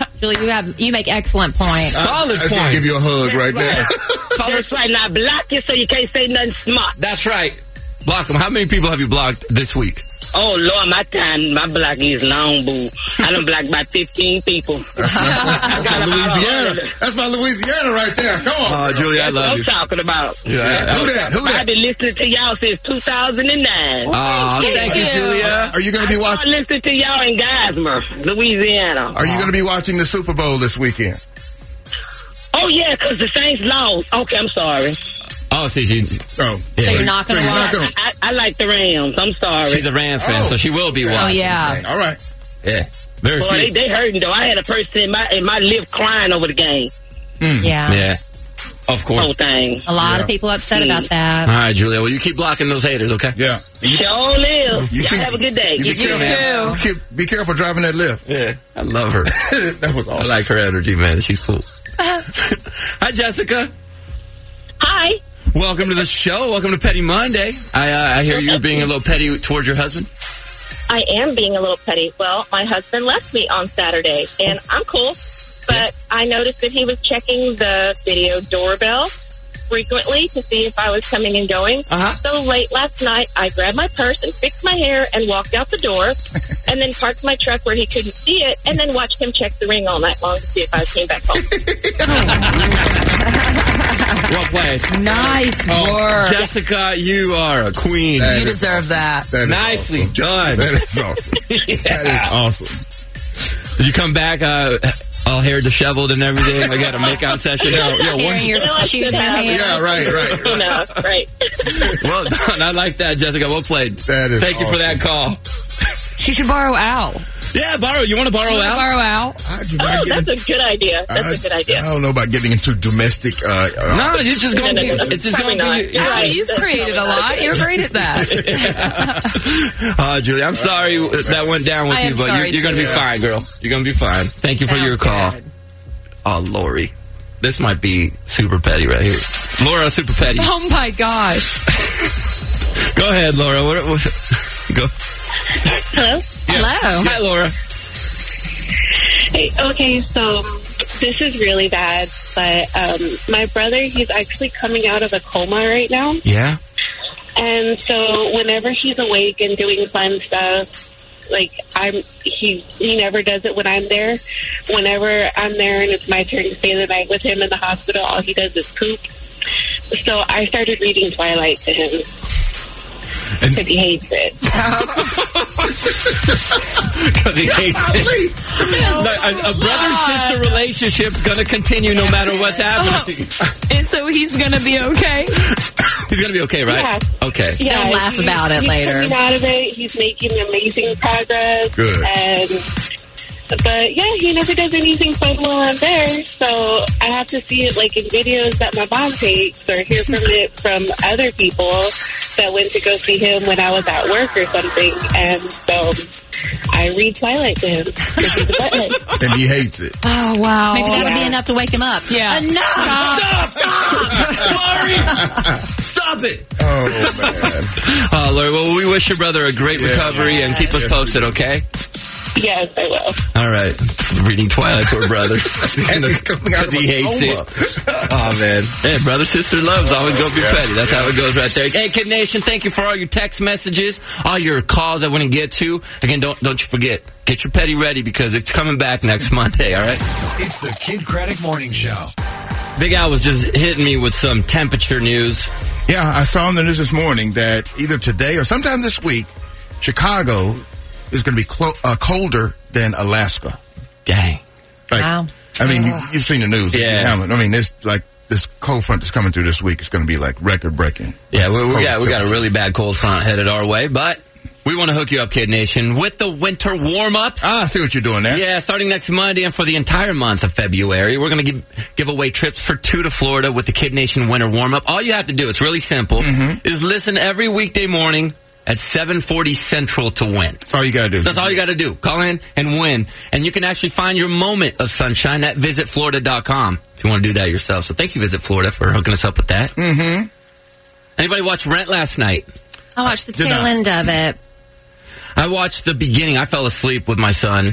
[SPEAKER 2] Uh,
[SPEAKER 4] Julia, you have you make excellent points.
[SPEAKER 2] Solid
[SPEAKER 3] I was gonna give you a hug right there.
[SPEAKER 10] That's right. Now block you so you can't say nothing smart.
[SPEAKER 2] That's right. Block them. How many people have you blocked this week?
[SPEAKER 10] Oh Lord, my time, my block is long, boo. I done blocked by fifteen people. I got about a
[SPEAKER 3] Louisiana.
[SPEAKER 10] hundred.
[SPEAKER 3] That's my Louisiana right there. Come on.
[SPEAKER 2] Oh, Julia, I
[SPEAKER 10] That's what
[SPEAKER 2] love
[SPEAKER 10] I'm
[SPEAKER 2] you.
[SPEAKER 10] talking about.
[SPEAKER 2] Yeah, I-
[SPEAKER 3] Who that? Who
[SPEAKER 10] I've
[SPEAKER 3] that?
[SPEAKER 10] been listening to y'all since 2009.
[SPEAKER 2] Aw, Oh, thank you, Julia.
[SPEAKER 3] Are you going to be
[SPEAKER 10] I
[SPEAKER 3] watching?
[SPEAKER 10] listened to y'all in Geismar, Louisiana.
[SPEAKER 3] Are you going to be watching the Super Bowl this weekend?
[SPEAKER 10] Oh yeah, because the Saints lost. Okay, I'm sorry.
[SPEAKER 2] Oh, see, she,
[SPEAKER 3] Oh,
[SPEAKER 4] So you're not gonna
[SPEAKER 3] So you're
[SPEAKER 4] lie.
[SPEAKER 3] not gonna-
[SPEAKER 10] I, I like the Rams. I'm sorry.
[SPEAKER 2] she's a Rams fan,
[SPEAKER 3] Oh.
[SPEAKER 2] so she will be watching.
[SPEAKER 5] Oh yeah.
[SPEAKER 3] All right.
[SPEAKER 2] Yeah. Very
[SPEAKER 10] Boy, they,
[SPEAKER 2] few.
[SPEAKER 10] they hurting though. I had a person in my in my lift crying over the game.
[SPEAKER 2] Mm.
[SPEAKER 4] Yeah.
[SPEAKER 2] Hmm. Yeah. Of course.
[SPEAKER 10] Whole thing.
[SPEAKER 4] A lot
[SPEAKER 3] Yeah.
[SPEAKER 4] of people upset about that.
[SPEAKER 2] All right, Julia. Well, you keep blocking those haters, okay?
[SPEAKER 3] Yeah.
[SPEAKER 10] Sure live.
[SPEAKER 3] You
[SPEAKER 10] Y'all
[SPEAKER 3] think-
[SPEAKER 10] have a good day.
[SPEAKER 3] You be
[SPEAKER 5] You
[SPEAKER 3] careful. You keep- Be careful driving that lift.
[SPEAKER 2] Yeah. I love her.
[SPEAKER 3] that was
[SPEAKER 2] I
[SPEAKER 3] awesome.
[SPEAKER 2] like her energy, man. She's cool. Hi, Jessica.
[SPEAKER 9] Hi.
[SPEAKER 2] Welcome to the show. Welcome to Petty Monday. I uh, I hear you're being a little petty towards your husband.
[SPEAKER 9] I am being a little petty. Well, my husband left me on Saturday, and I'm cool. But I noticed that he was checking the video doorbell frequently to see if I was coming and going.
[SPEAKER 2] Uh-huh.
[SPEAKER 9] So late last night, I grabbed my purse and fixed my hair and walked out the door, and then parked my truck where he couldn't see it, and then watched him check the ring all night long to see if I came back home.
[SPEAKER 2] Well played. Oh,
[SPEAKER 5] Nice work.
[SPEAKER 2] Jessica, you are a queen.
[SPEAKER 5] You deserve that.
[SPEAKER 3] That is
[SPEAKER 2] Nicely
[SPEAKER 3] awesome.
[SPEAKER 2] done.
[SPEAKER 3] That is awesome. That is awesome.
[SPEAKER 2] Did you come back uh, all hair disheveled and everything? Like at a makeout session? No, yeah,
[SPEAKER 4] Carrying your
[SPEAKER 9] No, I
[SPEAKER 4] shoes in
[SPEAKER 9] should
[SPEAKER 4] your
[SPEAKER 9] have.
[SPEAKER 4] hand.
[SPEAKER 3] Yeah, right, right.
[SPEAKER 9] You know, right?
[SPEAKER 2] well done. I like that, Jessica. Well played.
[SPEAKER 3] That is
[SPEAKER 2] Thank you for that call.
[SPEAKER 5] She should borrow Al.
[SPEAKER 2] Yeah, borrow. You want to borrow out?
[SPEAKER 5] Borrow Al.
[SPEAKER 3] How'd you
[SPEAKER 9] Oh,
[SPEAKER 3] mind
[SPEAKER 9] that's
[SPEAKER 3] getting-
[SPEAKER 9] a good idea.
[SPEAKER 3] Ah,
[SPEAKER 9] That's a good
[SPEAKER 3] I
[SPEAKER 9] idea.
[SPEAKER 3] don't know about getting into domestic. Uh, uh,
[SPEAKER 2] No, it's just going to be.
[SPEAKER 9] No, no, no,
[SPEAKER 2] It's just going to
[SPEAKER 9] probably
[SPEAKER 2] be.
[SPEAKER 9] not. Yeah.
[SPEAKER 5] Al,
[SPEAKER 9] Right.
[SPEAKER 5] you've
[SPEAKER 9] That's
[SPEAKER 5] created a
[SPEAKER 9] probably not
[SPEAKER 5] lot.
[SPEAKER 9] good.
[SPEAKER 5] You're great at that.
[SPEAKER 2] Uh, Julie, I'm sorry
[SPEAKER 3] Oh,
[SPEAKER 2] that went down with
[SPEAKER 5] I
[SPEAKER 2] you,
[SPEAKER 5] am
[SPEAKER 2] but you're,
[SPEAKER 5] sorry,
[SPEAKER 2] you're going to be
[SPEAKER 5] too.
[SPEAKER 2] fine, girl. You're going to be fine. Thank you for your
[SPEAKER 5] Sounds
[SPEAKER 2] call.
[SPEAKER 5] good.
[SPEAKER 2] Oh, Lori. This might be super petty right here. Laura, super petty.
[SPEAKER 5] Oh my gosh.
[SPEAKER 2] Go ahead, Laura. What, what, go.
[SPEAKER 9] Hello.
[SPEAKER 5] Hello.
[SPEAKER 2] Hi, Laura.
[SPEAKER 9] Hey, okay, so this is really bad, but um, my brother, he's actually coming out of a coma right now.
[SPEAKER 2] Yeah.
[SPEAKER 9] And so whenever he's awake and doing fun stuff, like I'm he he never does it when I'm there. Whenever I'm there and it's my turn to stay the night with him in the hospital, all he does is poop. So I started reading Twilight to him because he hates it.
[SPEAKER 2] Because he hates it. Like,
[SPEAKER 9] Oh
[SPEAKER 2] a, a brother sister relationship's going to continue no matter what's
[SPEAKER 9] Oh.
[SPEAKER 2] happening.
[SPEAKER 5] And so he's gonna be okay.
[SPEAKER 2] He's going to be okay, right?
[SPEAKER 9] Yeah.
[SPEAKER 2] Okay.
[SPEAKER 4] Don't laugh
[SPEAKER 9] he's-
[SPEAKER 4] about it
[SPEAKER 9] he's
[SPEAKER 4] later.
[SPEAKER 9] Coming out of it, he's making amazing progress.
[SPEAKER 3] Good.
[SPEAKER 9] And but yeah, he never does anything fun while I'm there, so I have to see it like in videos that my mom takes or hear from it from other people that went to go see him when I was at work or something. And so I read Twilight to him because he's a butthead.
[SPEAKER 3] and he hates it.
[SPEAKER 5] Oh wow.
[SPEAKER 4] Maybe that'll be enough to wake him up.
[SPEAKER 5] Yeah.
[SPEAKER 4] Enough.
[SPEAKER 2] Stop it.
[SPEAKER 3] Oh man.
[SPEAKER 2] Oh, Lori, well, we wish your brother a great recovery and keep us posted, okay?
[SPEAKER 9] Yes, I will.
[SPEAKER 2] All right. Reading Twilight, poor brother.
[SPEAKER 3] and he's coming out of a
[SPEAKER 2] Because he hates
[SPEAKER 3] coma.
[SPEAKER 2] it. Oh, man. Hey, brother, sister loves. Always go be
[SPEAKER 3] Yeah,
[SPEAKER 2] petty. That's how it goes right there. Hey, Kid Nation, thank you for all your text messages, all your calls that we didn't get to. Again, don't, don't you forget, get your petty ready because it's coming back next Monday, all right?
[SPEAKER 1] It's the Kid Craddock Morning Show.
[SPEAKER 2] Big Al was just hitting me with some temperature news.
[SPEAKER 3] Yeah, I saw on the news this morning that either today or sometime this week, Chicago is going to be clo- uh, colder than Alaska.
[SPEAKER 2] Dang.
[SPEAKER 3] Like,
[SPEAKER 4] Wow.
[SPEAKER 3] I mean, you, you've seen the news. You
[SPEAKER 2] Yeah.
[SPEAKER 3] haven't. I mean, this like this cold front that's coming through this week is going to be like record breaking.
[SPEAKER 2] Yeah, we, we, got, we got a really bad cold front headed our way, but We want to hook you up, Kid Nation, with the winter warm up.
[SPEAKER 3] Ah, I see what you're doing there.
[SPEAKER 2] Yeah, starting next Monday and for the entire month of February, we're going to give, give away trips for two to Florida with the Kid Nation winter warm up. All you have to do, it's really simple,
[SPEAKER 3] Mm-hmm.
[SPEAKER 2] is listen every weekday morning at 7:40 Central to win. That's
[SPEAKER 3] all you got to do.
[SPEAKER 2] That's all you got to do. Call in and win, and you can actually find your moment of sunshine at visitflorida.com if you want to do that yourself. So thank you, Visit Florida, for hooking us up with that.
[SPEAKER 4] Mm-hmm.
[SPEAKER 2] Anybody watch Rent last night?
[SPEAKER 4] I watched the
[SPEAKER 2] Did
[SPEAKER 4] tail
[SPEAKER 2] not.
[SPEAKER 4] end of it.
[SPEAKER 2] I watched the beginning. I fell asleep with my son.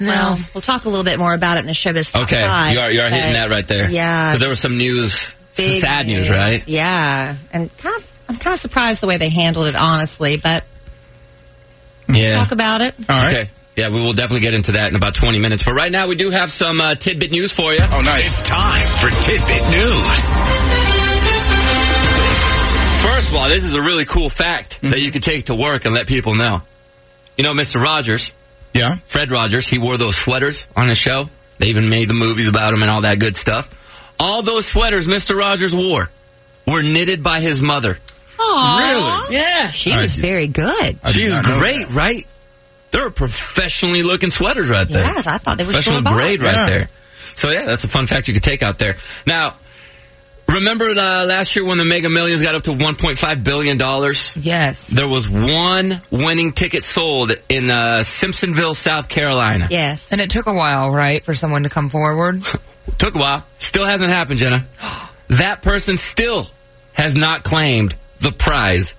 [SPEAKER 4] Well, we'll talk a little bit more about it in a showbiz. Top
[SPEAKER 2] Okay,
[SPEAKER 4] Five,
[SPEAKER 2] you are you are hitting
[SPEAKER 4] but
[SPEAKER 2] that right there.
[SPEAKER 4] Yeah.
[SPEAKER 2] 'Cause there was some news, some
[SPEAKER 4] big
[SPEAKER 2] sad news, right?
[SPEAKER 4] Yeah, and kind of, I'm kind of surprised the way they handled it, honestly. But
[SPEAKER 2] Yeah.
[SPEAKER 4] talk about it.
[SPEAKER 2] Okay. Yeah, we will definitely get into that in about 20 minutes. But right now, we do have some uh, tidbit news for you. Oh,
[SPEAKER 3] nice.
[SPEAKER 2] It's time for tidbit news. First of all, this is a really cool fact that you can take to work and let people know. You know, Mr. Rogers.
[SPEAKER 3] Yeah.
[SPEAKER 2] Fred Rogers, he wore those sweaters on his show. They even made the movies about him and all that good stuff. All those sweaters Mr. Rogers wore were knitted by his mother.
[SPEAKER 4] Aww.
[SPEAKER 2] Really? Yeah.
[SPEAKER 4] She
[SPEAKER 2] I
[SPEAKER 4] was
[SPEAKER 2] did-
[SPEAKER 4] very good.
[SPEAKER 2] She was great, right? They're professionally looking sweaters right there.
[SPEAKER 4] Yes, I thought Oh, they were
[SPEAKER 2] professional
[SPEAKER 4] store-bought.
[SPEAKER 2] grade right
[SPEAKER 4] Yeah.
[SPEAKER 2] there. So yeah, that's a fun fact you could take out there. Now, remember uh, last year when the Mega Millions got up to 1.5 billion dollars?
[SPEAKER 5] Yes.
[SPEAKER 2] There was one winning ticket sold in uh, Simpsonville, South Carolina.
[SPEAKER 4] Yes.
[SPEAKER 5] And it took a while, right, for someone to come forward?
[SPEAKER 2] Took a while. Still hasn't happened, Jenna. That person still has not claimed the prize,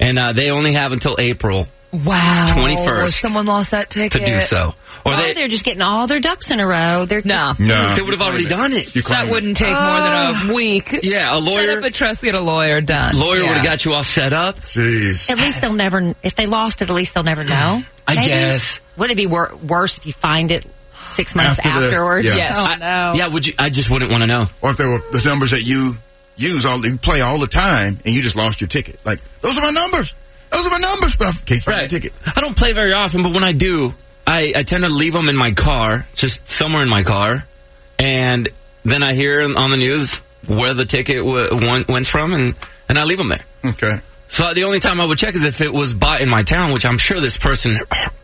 [SPEAKER 2] and uh, they only have until April
[SPEAKER 5] Wow.
[SPEAKER 2] 21st.
[SPEAKER 5] Someone lost that
[SPEAKER 2] to
[SPEAKER 5] ticket.
[SPEAKER 2] do so. Or
[SPEAKER 4] oh,
[SPEAKER 2] they,
[SPEAKER 4] they, are just getting all their ducks in a row. They're no,
[SPEAKER 2] No. They would have already done it. You claim
[SPEAKER 5] That wouldn't take more
[SPEAKER 4] Oh.
[SPEAKER 5] than a week.
[SPEAKER 2] Yeah, a lawyer-
[SPEAKER 5] Set up a trust, get a lawyer done.
[SPEAKER 2] lawyer
[SPEAKER 5] Yeah.
[SPEAKER 2] would have got you all set up. Jeez.
[SPEAKER 4] Uh, At least they'll never. If they lost it, at least they'll never know.
[SPEAKER 2] I guess.
[SPEAKER 4] Would it be wor- worse if you find it six months
[SPEAKER 3] After the-
[SPEAKER 4] afterwards?
[SPEAKER 3] yeah.
[SPEAKER 4] Oh,
[SPEAKER 3] I-
[SPEAKER 4] no.
[SPEAKER 2] Yeah, would you? I just wouldn't want to know.
[SPEAKER 3] Or if there were the numbers that you use all you play all the time, and you just lost your ticket. Like those are my numbers. Those are my numbers, but I can't find the ticket.
[SPEAKER 2] I don't play very often, but when I do, I, I tend to leave them in my car, just somewhere in my car, and then I hear on the news where the ticket w- went, went from, and, and I leave them there.
[SPEAKER 3] Okay.
[SPEAKER 2] So the only time I would check is if it was bought in my town, which I'm sure this person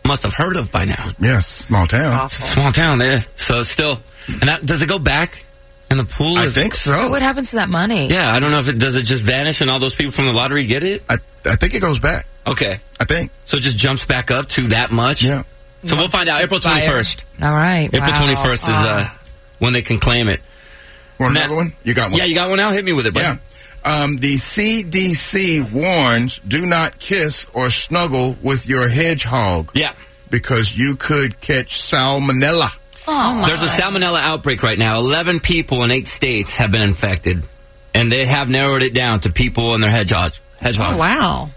[SPEAKER 2] must have heard of by now.
[SPEAKER 3] Yes, small town.
[SPEAKER 2] Small town, yeah. So still, and that, does it go back in the pool? I
[SPEAKER 3] think so.
[SPEAKER 5] What happens to that money?
[SPEAKER 2] Yeah, I don't know if it does. It just vanish, and all those people from the lottery get it.
[SPEAKER 3] I I think it goes back.
[SPEAKER 2] Okay,
[SPEAKER 3] I think
[SPEAKER 2] so. It just jumps back up to that much. Yeah. So we'll find out April twenty
[SPEAKER 5] Expired.
[SPEAKER 2] first.
[SPEAKER 5] All right.
[SPEAKER 2] April
[SPEAKER 5] wow.
[SPEAKER 2] twenty first is uh, when they can claim it.
[SPEAKER 3] Want another one? You got one?
[SPEAKER 2] Yeah, you got one now. Hit me with it, bud.
[SPEAKER 3] Yeah. Um, the CDC warns: do not kiss or snuggle with your hedgehog.
[SPEAKER 2] Yeah.
[SPEAKER 3] Because you could catch salmonella.
[SPEAKER 5] Oh,
[SPEAKER 2] There's a salmonella outbreak right now. Eleven people in eight states have been infected, and they have narrowed it down to people and their hedgehogs. Hedgehogs.
[SPEAKER 4] Oh, wow.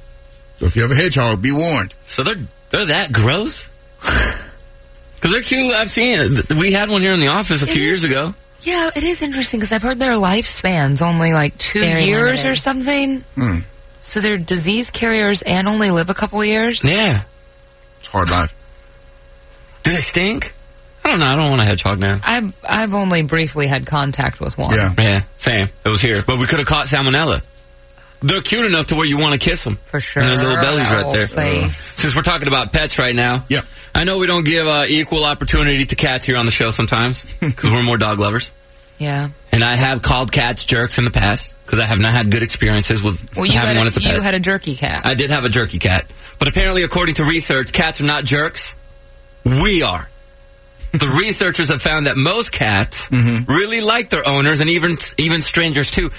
[SPEAKER 3] So if you have a hedgehog, be warned.
[SPEAKER 2] So they're they're that gross. Because they're cute. I've seen it. We had one here in the office a few years ago.
[SPEAKER 5] Yeah, it is interesting because I've heard their lifespans only like two
[SPEAKER 4] Very
[SPEAKER 5] years
[SPEAKER 4] limited.
[SPEAKER 5] or something.
[SPEAKER 3] Hmm.
[SPEAKER 5] So they're disease carriers and only live a couple years.
[SPEAKER 2] Yeah.
[SPEAKER 3] It's hard life.
[SPEAKER 2] Do they stink? I don't know. I don't want a hedgehog now.
[SPEAKER 5] I've I've only briefly had contact with one.
[SPEAKER 2] Yeah. Same. It was here, but we could have caught salmonella. They're cute enough to where you want to kiss them for
[SPEAKER 5] sure.
[SPEAKER 2] And their little bellies right
[SPEAKER 5] Old
[SPEAKER 2] there.
[SPEAKER 5] face.
[SPEAKER 2] Since we're talking about pets right now,
[SPEAKER 3] yeah.
[SPEAKER 2] I know we don't give uh, equal opportunity to cats here on the show sometimes because we're more dog lovers.
[SPEAKER 5] Yeah.
[SPEAKER 2] And I have called cats jerks in the past because I have not had good experiences with
[SPEAKER 5] Well, you
[SPEAKER 2] having
[SPEAKER 5] had
[SPEAKER 2] one as a
[SPEAKER 5] a,
[SPEAKER 2] pet.
[SPEAKER 5] you had a jerky cat.
[SPEAKER 2] I did have a jerky cat. But apparently, according to research, cats are not jerks. We are. The researchers have found that most cats really like their owners and even even strangers too.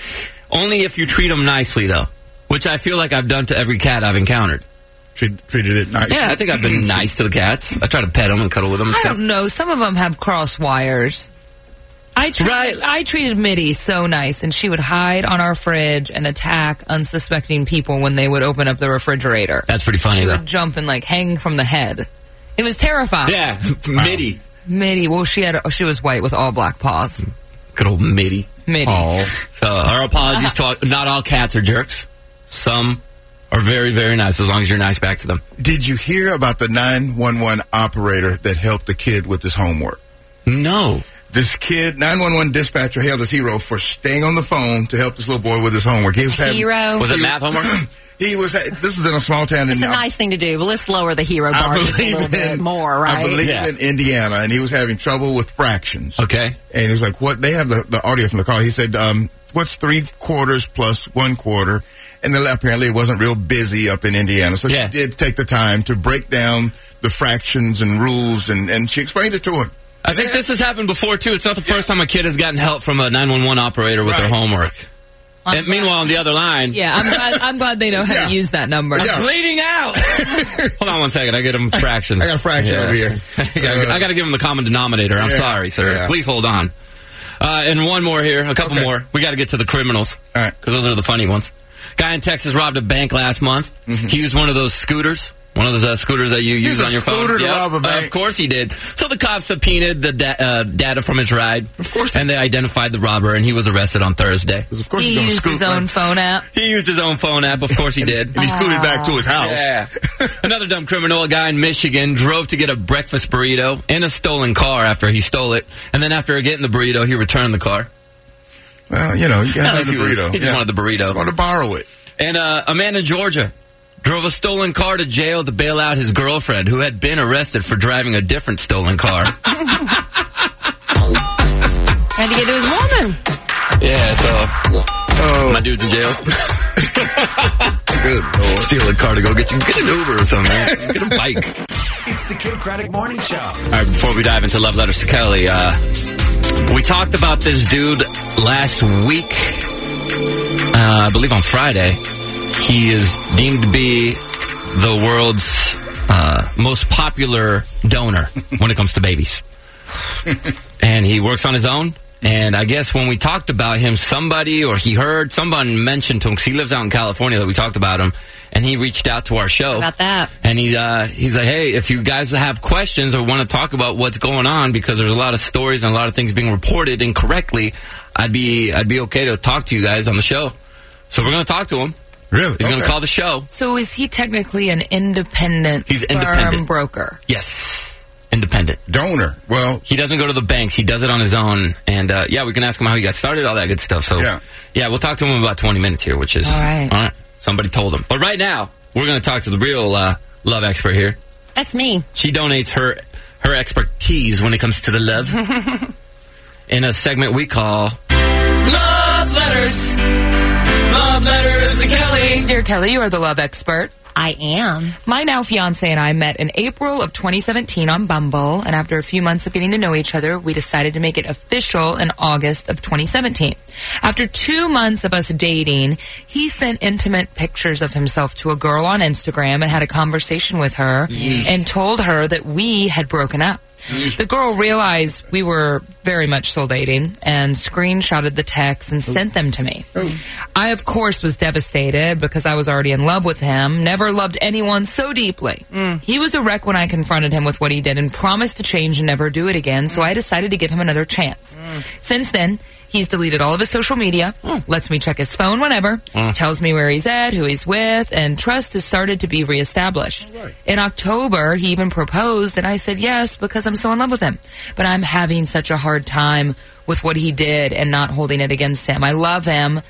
[SPEAKER 2] Only if you treat them nicely, though, which I feel like I've done to every cat I've encountered.
[SPEAKER 3] Treat, treated it nice.
[SPEAKER 2] Yeah, I think I've been nice to the cats. I try to pet them and cuddle with them. And
[SPEAKER 5] I
[SPEAKER 2] stuff.
[SPEAKER 5] don't know. Some of them have cross wires. I treated, I treated Mitty so nice, and she would hide on our fridge and attack unsuspecting people when they would open up the refrigerator.
[SPEAKER 2] That's pretty funny,
[SPEAKER 5] She
[SPEAKER 2] though.
[SPEAKER 5] would jump and like hang from the head. It was terrifying.
[SPEAKER 2] Yeah, Mitty,
[SPEAKER 5] Mitty. Well, she had she was white with all black paws.
[SPEAKER 2] good old Mitty.
[SPEAKER 5] Mitty.
[SPEAKER 2] So our apologies to all, not all cats are jerks. Some are very very nice as long as you're nice back to them.
[SPEAKER 3] Did you hear about the 911 operator that helped the kid with his homework?
[SPEAKER 2] No.
[SPEAKER 3] This kid, 911 dispatcher, hailed as hero for staying on the phone to help this little boy with his homework. He was having,
[SPEAKER 4] Hero.
[SPEAKER 2] Was it math homework?
[SPEAKER 3] He was. This is in a small town in
[SPEAKER 4] It's a
[SPEAKER 3] I-
[SPEAKER 4] nice thing to do, but let's lower the hero
[SPEAKER 3] I
[SPEAKER 4] bar just a
[SPEAKER 3] believe
[SPEAKER 4] little bit
[SPEAKER 3] in-
[SPEAKER 4] more, right?
[SPEAKER 3] I believe in Indiana, and he was having trouble with fractions. Okay. And he was like, what? They have the, the audio from the call. He said, um, what's three quarters plus one quarter? And then apparently it wasn't real busy up in Indiana. So she did take the time to break down the fractions and rules, and, and she explained it to him.
[SPEAKER 2] I think this has happened before too. It's not the first time a kid has gotten help from a 911 operator with their homework. And meanwhile, on the other line,
[SPEAKER 5] Yeah, I'm glad, I'm glad they know how to use that number.
[SPEAKER 2] I'm bleeding out. Hold on one second. I get him fractions.
[SPEAKER 3] I got a fraction over here.
[SPEAKER 2] I gotta- I got to give him the common denominator. I'm
[SPEAKER 3] Yeah.
[SPEAKER 2] sorry, sir.
[SPEAKER 3] Yeah.
[SPEAKER 2] Please hold on. Uh, and one more here. A couple more. We got to get to the criminals. All right. Because those are the funny ones. Guy in Texas robbed a bank last month. He used one of those scooters. One of those uh, scooters that you
[SPEAKER 3] Used
[SPEAKER 2] use
[SPEAKER 3] Mm-hmm. a
[SPEAKER 2] on your
[SPEAKER 3] scooter
[SPEAKER 2] phone.
[SPEAKER 3] to rob a bank.
[SPEAKER 2] Of course he did. So the cops subpoenaed the da- uh, data from his ride. Of course. And they identified the robber, and he was arrested on Thursday. Of
[SPEAKER 5] he used his own phone app.
[SPEAKER 2] he used his own phone app. Of course he did. Ah.
[SPEAKER 5] and he scooted back to his house.
[SPEAKER 2] Yeah. Another dumb criminal, a guy in Michigan, drove to get a breakfast burrito in a stolen car after he stole it. And then after getting the burrito, he returned the car.
[SPEAKER 3] Well, you know, you
[SPEAKER 2] At
[SPEAKER 3] got
[SPEAKER 2] least
[SPEAKER 3] the
[SPEAKER 2] he was-
[SPEAKER 3] burrito.
[SPEAKER 2] He just
[SPEAKER 3] Yeah.
[SPEAKER 2] wanted the burrito.
[SPEAKER 3] Just wanted to borrow it.
[SPEAKER 2] And uh, a man in Georgia drove a stolen car to jail to bail out his girlfriend, who had been arrested for driving a different stolen car.
[SPEAKER 4] Had to get to his woman.
[SPEAKER 2] yeah, so my dude's in jail.
[SPEAKER 3] Good
[SPEAKER 2] Lord. Steal a car to go get you. Get an Uber or something. Get a bike.
[SPEAKER 1] It's the Kid Craddock Morning Show.
[SPEAKER 2] All right, before we dive into love letters to Kelly, uh, we talked about this dude last week. Uh, I believe on Friday, he is deemed to be the world's uh, most popular donor when it comes to babies. and he works on his own. And I guess when we talked about him, somebody or he heard someone mentioned to him 'cause he lives out in California that we talked about him, and he reached out to our show
[SPEAKER 4] About that.
[SPEAKER 2] and he uh, he's like, hey, if you guys have questions or want to talk about what's going on, because there's a lot of stories and a lot of things being reported incorrectly, I'd be I'd be okay to talk to you guys on the show. So we're gonna talk to him.
[SPEAKER 3] Really?
[SPEAKER 2] He's gonna call the show.
[SPEAKER 5] So is he technically an independent
[SPEAKER 2] He's
[SPEAKER 5] sperm
[SPEAKER 2] independent.
[SPEAKER 5] broker?
[SPEAKER 2] Yes, independent
[SPEAKER 3] donor. Well,
[SPEAKER 2] he doesn't go to the banks. He does it on his own. And uh, yeah, we can ask him how he got started, all that good stuff. So yeah, we'll talk to him in about 20 minutes here, which is
[SPEAKER 5] All right.
[SPEAKER 2] All right. Somebody told him, but right now we're gonna talk to the real uh, love expert here.
[SPEAKER 4] That's me.
[SPEAKER 2] She donates her her expertise when it comes to the love in a segment we call
[SPEAKER 5] Love letters. Love letters to Kelly. Dear Kelly, you are the love expert.
[SPEAKER 4] I am.
[SPEAKER 5] My now fiance and I met in April of 2017 on Bumble, and after a few months of getting to know each other, we decided to make it official in August of 2017. After two months of us dating, he sent intimate pictures of himself to a girl on Instagram and had a conversation with her and told her that we had broken up. The girl realized we were very much soul dating and screenshotted the texts and sent them to me. I, of course, was devastated because I was already in love with him, never loved anyone so deeply. He was a wreck when I confronted him with what he did and promised to change and never do it again, so I decided to give him another chance. Since then, he's deleted all of his social media,
[SPEAKER 4] Hmm.
[SPEAKER 5] lets me check his phone whenever,
[SPEAKER 11] Mm.
[SPEAKER 5] tells me where he's at, who he's with, and trust has started to be reestablished. In October, he even proposed, and I said yes because I'm so in love with him. But I'm having such a hard time with what he did and not holding it against him. I love him,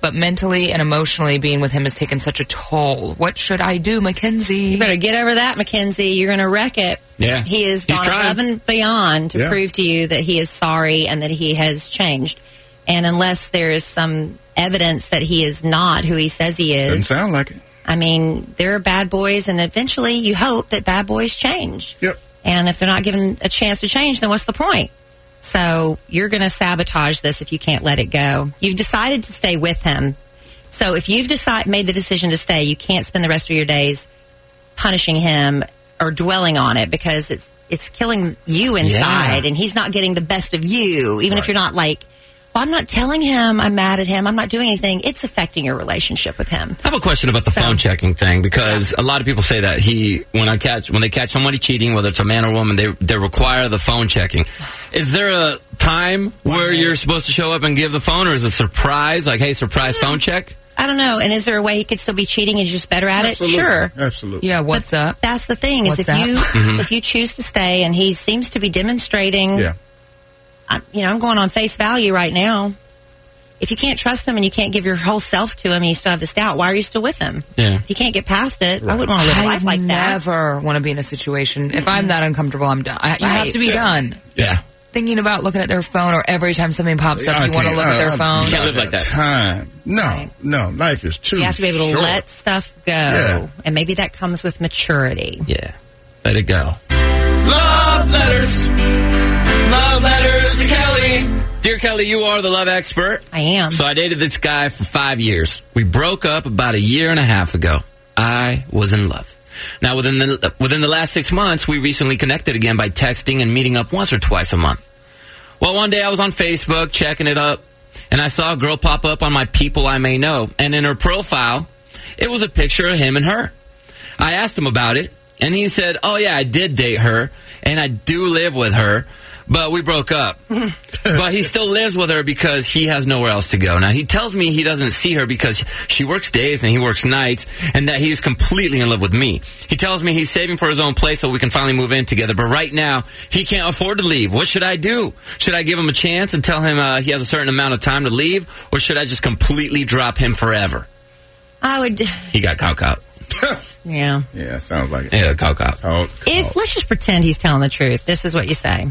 [SPEAKER 5] but mentally and emotionally being with him has taken such a toll. What should I do, Mackenzie? You
[SPEAKER 4] better get over that, Mackenzie. You're going to wreck it.
[SPEAKER 5] Yeah.
[SPEAKER 4] He has
[SPEAKER 5] He's
[SPEAKER 4] gone
[SPEAKER 5] trying.
[SPEAKER 4] above and beyond to
[SPEAKER 5] Yeah.
[SPEAKER 4] prove to you that he is sorry and that he has changed. And unless there is some evidence that he is not who he says he is,
[SPEAKER 3] Doesn't sound like it.
[SPEAKER 4] I mean, there are bad boys, and eventually you hope that bad boys change.
[SPEAKER 3] Yep.
[SPEAKER 4] And if they're not given a chance to change, then what's the point? So you're going to sabotage this if you can't let it go. You've decided to stay with him. So if you've decide, made the decision to stay, you can't spend the rest of your days punishing him or dwelling on it because it's it's killing you inside
[SPEAKER 11] Yeah.
[SPEAKER 4] and he's not getting the best of you even if you're not like well, I'm not telling him I'm mad at him. I'm not doing anything. It's affecting your relationship with him.
[SPEAKER 2] I have a question about the phone checking thing because a lot of people say that he when I catch when they catch somebody cheating, whether it's a man or woman, they they require the phone checking. Is there a time where you're supposed to show up and give the phone, or is it a surprise? Like, hey, surprise phone
[SPEAKER 4] Hmm.
[SPEAKER 2] check.
[SPEAKER 4] I don't know. And is there a way he could still be cheating and you're just better at
[SPEAKER 2] Absolutely.
[SPEAKER 4] it? Sure.
[SPEAKER 3] Absolutely.
[SPEAKER 5] Yeah, what's up?
[SPEAKER 4] That's the thing
[SPEAKER 5] What's
[SPEAKER 4] is if
[SPEAKER 5] up?
[SPEAKER 4] you
[SPEAKER 5] Mhm.
[SPEAKER 4] if you choose to stay and he seems to be demonstrating
[SPEAKER 3] Yeah.
[SPEAKER 4] I'm, you know, I'm going on face value right now. If you can't trust him and you can't give your whole self to him and you still have this doubt, why are you still with him?
[SPEAKER 2] Yeah.
[SPEAKER 4] If you can't get past it, I wouldn't want to live a life like that.
[SPEAKER 5] Never want to be in a situation. If
[SPEAKER 4] Mm-hmm.
[SPEAKER 5] I'm that uncomfortable, I'm done. I, you have to be done.
[SPEAKER 3] Yeah.
[SPEAKER 5] Thinking about looking at their phone, or every time something pops up,
[SPEAKER 3] I
[SPEAKER 5] you want
[SPEAKER 3] can't-
[SPEAKER 5] to
[SPEAKER 3] Uh,
[SPEAKER 5] look at their
[SPEAKER 3] I- I-
[SPEAKER 5] phone.
[SPEAKER 3] I don't have Time. No, no. Life is too.
[SPEAKER 4] You have to be able to
[SPEAKER 3] short.
[SPEAKER 4] let stuff go.
[SPEAKER 3] Yeah.
[SPEAKER 4] And maybe that comes with maturity.
[SPEAKER 2] Yeah. Let it go.
[SPEAKER 8] Love letters. Love letters to Kelly.
[SPEAKER 2] Dear Kelly, you are the love expert.
[SPEAKER 4] I am.
[SPEAKER 2] So I dated this guy for five years. We broke up about a year and a half ago. I was in love. Now, within the within the last six months, we recently connected again by texting and meeting up once or twice a month. Well, one day I was on Facebook checking it up, and I saw a girl pop up on my people I may know, and in her profile, it was a picture of him and her. I asked him about it, and he said, "Oh yeah, I did date her, and I do live with her, but we broke up." but he still lives with her because he has nowhere else to go. Now he tells me he doesn't see her because she works days and he works nights, and that he's completely in love with me. He tells me he's saving for his own place so we can finally move in together. But right now he can't afford to leave. What should I do? Should I give him a chance and tell him uh, he has a certain amount of time to leave, or should I just completely drop him forever?
[SPEAKER 4] I would,
[SPEAKER 2] He got cock out.
[SPEAKER 4] yeah.
[SPEAKER 3] Yeah, sounds like it.
[SPEAKER 2] Yeah, cock out.
[SPEAKER 4] If let's just pretend he's telling the truth. This is what you say.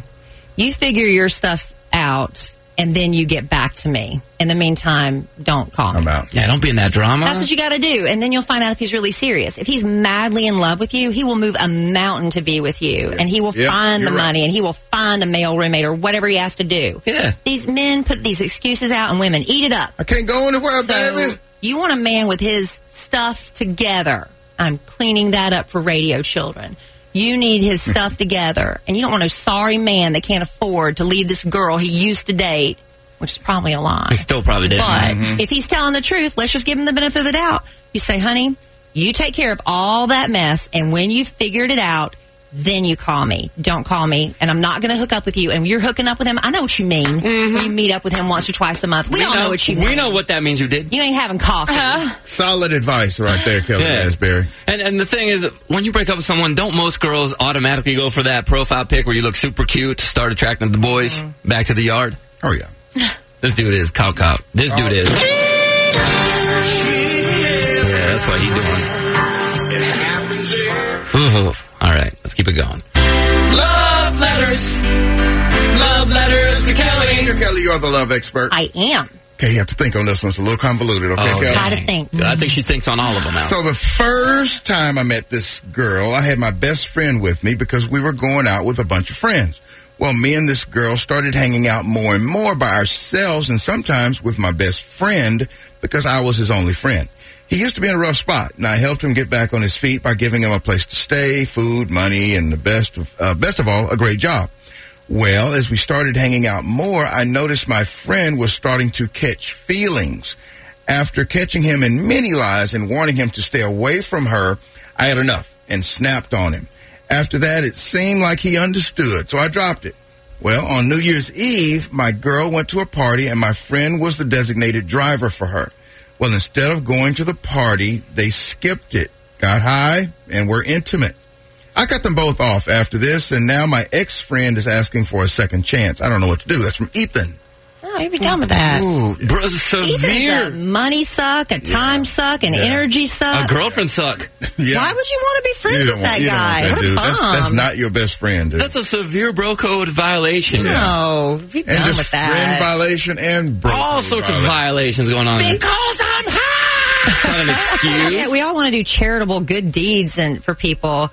[SPEAKER 4] You figure your stuff out and then you get back to me. In the meantime, don't call me.
[SPEAKER 2] Yeah, don't be in that drama.
[SPEAKER 4] That's what you got to do. And then you'll find out if he's really serious. If he's madly in love with you, he will move a mountain to be with you and he will
[SPEAKER 9] Yeah,
[SPEAKER 4] find the
[SPEAKER 9] you're right.
[SPEAKER 4] money and he will find a male roommate or whatever he has to do.
[SPEAKER 2] Yeah.
[SPEAKER 4] These men put these excuses out and women eat it up. I
[SPEAKER 3] can't go anywhere,
[SPEAKER 4] so
[SPEAKER 3] baby.
[SPEAKER 4] You want a man with his stuff together. I'm cleaning that up for radio children. You need his stuff together. And you don't want a sorry man that can't afford to leave this girl he used to date, which is probably a lie.
[SPEAKER 2] He still probably did.
[SPEAKER 4] But
[SPEAKER 3] Mm-hmm.
[SPEAKER 4] if he's telling the truth, let's just give him the benefit of the doubt. You say, honey, you take care of all that mess, and when you've figured it out, then you call me. Don't call me, and I'm not going to hook up with you. And you're hooking up with him. I know what you mean. You meet up with him once or twice a month. We, all know, what you mean.
[SPEAKER 2] Mm-hmm. we know what that means. You did.
[SPEAKER 4] You ain't having coffee.
[SPEAKER 3] Solid advice right there, Kelly
[SPEAKER 2] Yeah.
[SPEAKER 3] Asbury.
[SPEAKER 2] And and the thing is, when you break up with someone, don't most girls automatically go for that profile pic where you look super cute, start attracting the boys back to the yard?
[SPEAKER 3] Mm-hmm. Oh yeah.
[SPEAKER 2] this dude is cow cow. This dude is. Yeah, that's what he doing. Ooh, All right, let's keep it going.
[SPEAKER 8] Love letters. Love letters to Kelly.
[SPEAKER 3] Dear Kelly, you are the love expert.
[SPEAKER 4] I am.
[SPEAKER 3] Okay, you have to think on this one. It's a little convoluted, okay,
[SPEAKER 2] Oh,
[SPEAKER 3] Kelly?
[SPEAKER 2] Gotta
[SPEAKER 4] think.
[SPEAKER 2] I think she thinks on all of them now.
[SPEAKER 3] So the first time I met this girl, I had my best friend with me because we were going out with a bunch of friends. Well, me and this girl started hanging out more and more by ourselves and sometimes with my best friend because I was his only friend. He used to be in a rough spot, and I helped him get back on his feet by giving him a place to stay, food, money, and the best of, uh, best of all, a great job. Well, as we started hanging out more, I noticed my friend was starting to catch feelings. After catching him in many lies and warning him to stay away from her, I had enough and snapped on him. After that, it seemed like he understood, so I dropped it. Well, on New Year's Eve, my girl went to a party and my friend was the designated driver for her. Well, instead of going to the party, they skipped it, got high, and were intimate. I cut them both off after this, and now my ex friend is asking for a second chance. I don't know what to do. That's from Ethan.
[SPEAKER 4] Oh, you'd be done with that.
[SPEAKER 2] Ooh, bro, severe.
[SPEAKER 4] Ethan's a money suck, a time suck, an
[SPEAKER 2] Yeah.
[SPEAKER 4] energy suck.
[SPEAKER 2] A girlfriend suck.
[SPEAKER 4] Why would you want to be friends with that guy? what a bum.
[SPEAKER 3] That's, that's not your best friend, dude.
[SPEAKER 2] That's a severe bro code violation.
[SPEAKER 4] No, be
[SPEAKER 3] and just friend violation and bro.
[SPEAKER 2] All sorts of violations going on. there.
[SPEAKER 4] Because I'm
[SPEAKER 2] Not an excuse.
[SPEAKER 4] Yeah, we all want to do charitable good deeds and for people.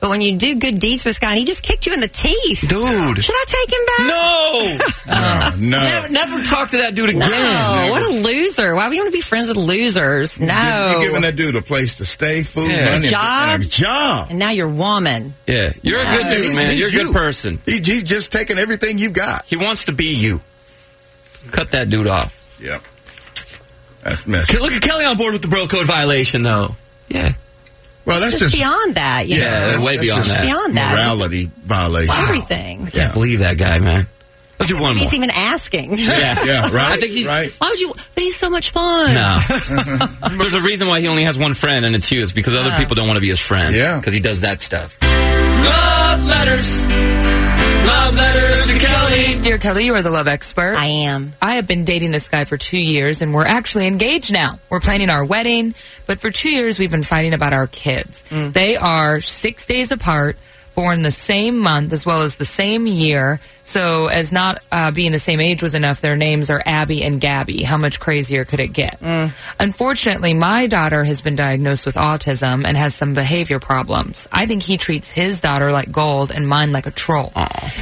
[SPEAKER 4] But when you do good deeds for this guy and he just kicked you in the teeth.
[SPEAKER 2] Dude.
[SPEAKER 4] Should I take him back?
[SPEAKER 2] No.
[SPEAKER 3] no.
[SPEAKER 2] Never, never talk to that dude again.
[SPEAKER 4] No, what a loser. Why would you want to be friends with losers? No.
[SPEAKER 3] You're giving that dude a place to stay, food,
[SPEAKER 4] A
[SPEAKER 3] money,
[SPEAKER 4] job?
[SPEAKER 3] And a job.
[SPEAKER 4] And now you're woman.
[SPEAKER 2] Yeah, you're a good
[SPEAKER 3] No.
[SPEAKER 2] dude, man.
[SPEAKER 3] He's
[SPEAKER 2] You're a
[SPEAKER 3] you.
[SPEAKER 2] good person.
[SPEAKER 3] He, he's just taking everything you got.
[SPEAKER 2] He wants to be you. Cut that dude off.
[SPEAKER 3] Yep. That's messy.
[SPEAKER 2] Look at Kelly on board with the bro code violation, though. Yeah.
[SPEAKER 3] Well, that's
[SPEAKER 4] Just,
[SPEAKER 3] just,
[SPEAKER 4] beyond that. You
[SPEAKER 2] Yeah,
[SPEAKER 4] know?
[SPEAKER 2] that's way beyond
[SPEAKER 3] just
[SPEAKER 2] that.
[SPEAKER 4] Uh, Beyond that.
[SPEAKER 3] Morality violation.
[SPEAKER 4] Everything.
[SPEAKER 2] I can't believe that guy, man. Let's do one more.
[SPEAKER 4] He's even asking.
[SPEAKER 2] Yeah. Yeah, right,
[SPEAKER 4] I think he,
[SPEAKER 2] right.
[SPEAKER 4] Why would you? But he's so much fun.
[SPEAKER 2] No. There's a reason why he only has one friend, and it's you. It's because other
[SPEAKER 4] Oh.
[SPEAKER 2] people don't want to be his friend. Yeah. Because he does that stuff.
[SPEAKER 11] Love letters. Love letters to Kelly.
[SPEAKER 5] Dear Kelly, you are the love expert. I
[SPEAKER 4] am.
[SPEAKER 5] I have been dating this guy for two years and we're actually engaged now. We're planning our wedding, but for two years we've been fighting about our kids.
[SPEAKER 3] Mm.
[SPEAKER 5] They are six days apart, born the same month as well as the same year. So, as not uh, being the same age was enough, their names are Abby and Gabby. How much crazier could it get? Unfortunately, my daughter has been diagnosed with autism and has some behavior problems. I think he treats his daughter like gold and mine like a troll.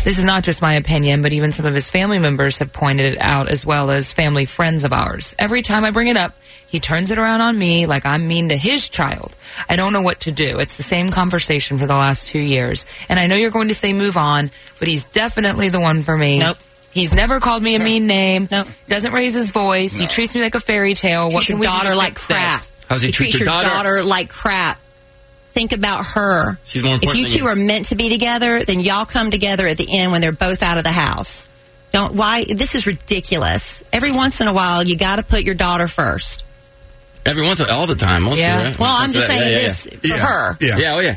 [SPEAKER 5] This is not just my opinion, but even some of his family members have pointed it out, as well as family friends of ours. Every time I bring it up, he turns it around on me like I'm mean to his child. I don't know what to do. It's the same conversation for the last two years. And I know you're going to say move on, but he's definitely the one for me. Nope. He's never called me a mean name. No. Doesn't raise his voice. He treats me like a fairy tale. what
[SPEAKER 4] Treats
[SPEAKER 5] can
[SPEAKER 4] your
[SPEAKER 5] we do
[SPEAKER 4] daughter
[SPEAKER 5] to
[SPEAKER 4] like
[SPEAKER 5] fix this?
[SPEAKER 4] crap.
[SPEAKER 2] How's he
[SPEAKER 4] You
[SPEAKER 2] treat
[SPEAKER 4] treat
[SPEAKER 2] your daughter?
[SPEAKER 4] like crap. Think about her.
[SPEAKER 2] She's more important
[SPEAKER 4] If
[SPEAKER 2] than
[SPEAKER 4] you two
[SPEAKER 2] you.
[SPEAKER 4] are meant to be together, then y'all come together at the end when they're both out of the house. Don't why this is ridiculous. Every once in a while, you got to put your daughter first.
[SPEAKER 2] Every once in all the time, mostly.
[SPEAKER 4] Yeah.
[SPEAKER 2] Right?
[SPEAKER 4] Well, I'm
[SPEAKER 2] That's
[SPEAKER 4] just
[SPEAKER 2] right.
[SPEAKER 4] saying
[SPEAKER 2] yeah,
[SPEAKER 4] this
[SPEAKER 2] yeah,
[SPEAKER 4] for
[SPEAKER 2] yeah.
[SPEAKER 4] her.
[SPEAKER 2] Yeah. Yeah. Oh yeah.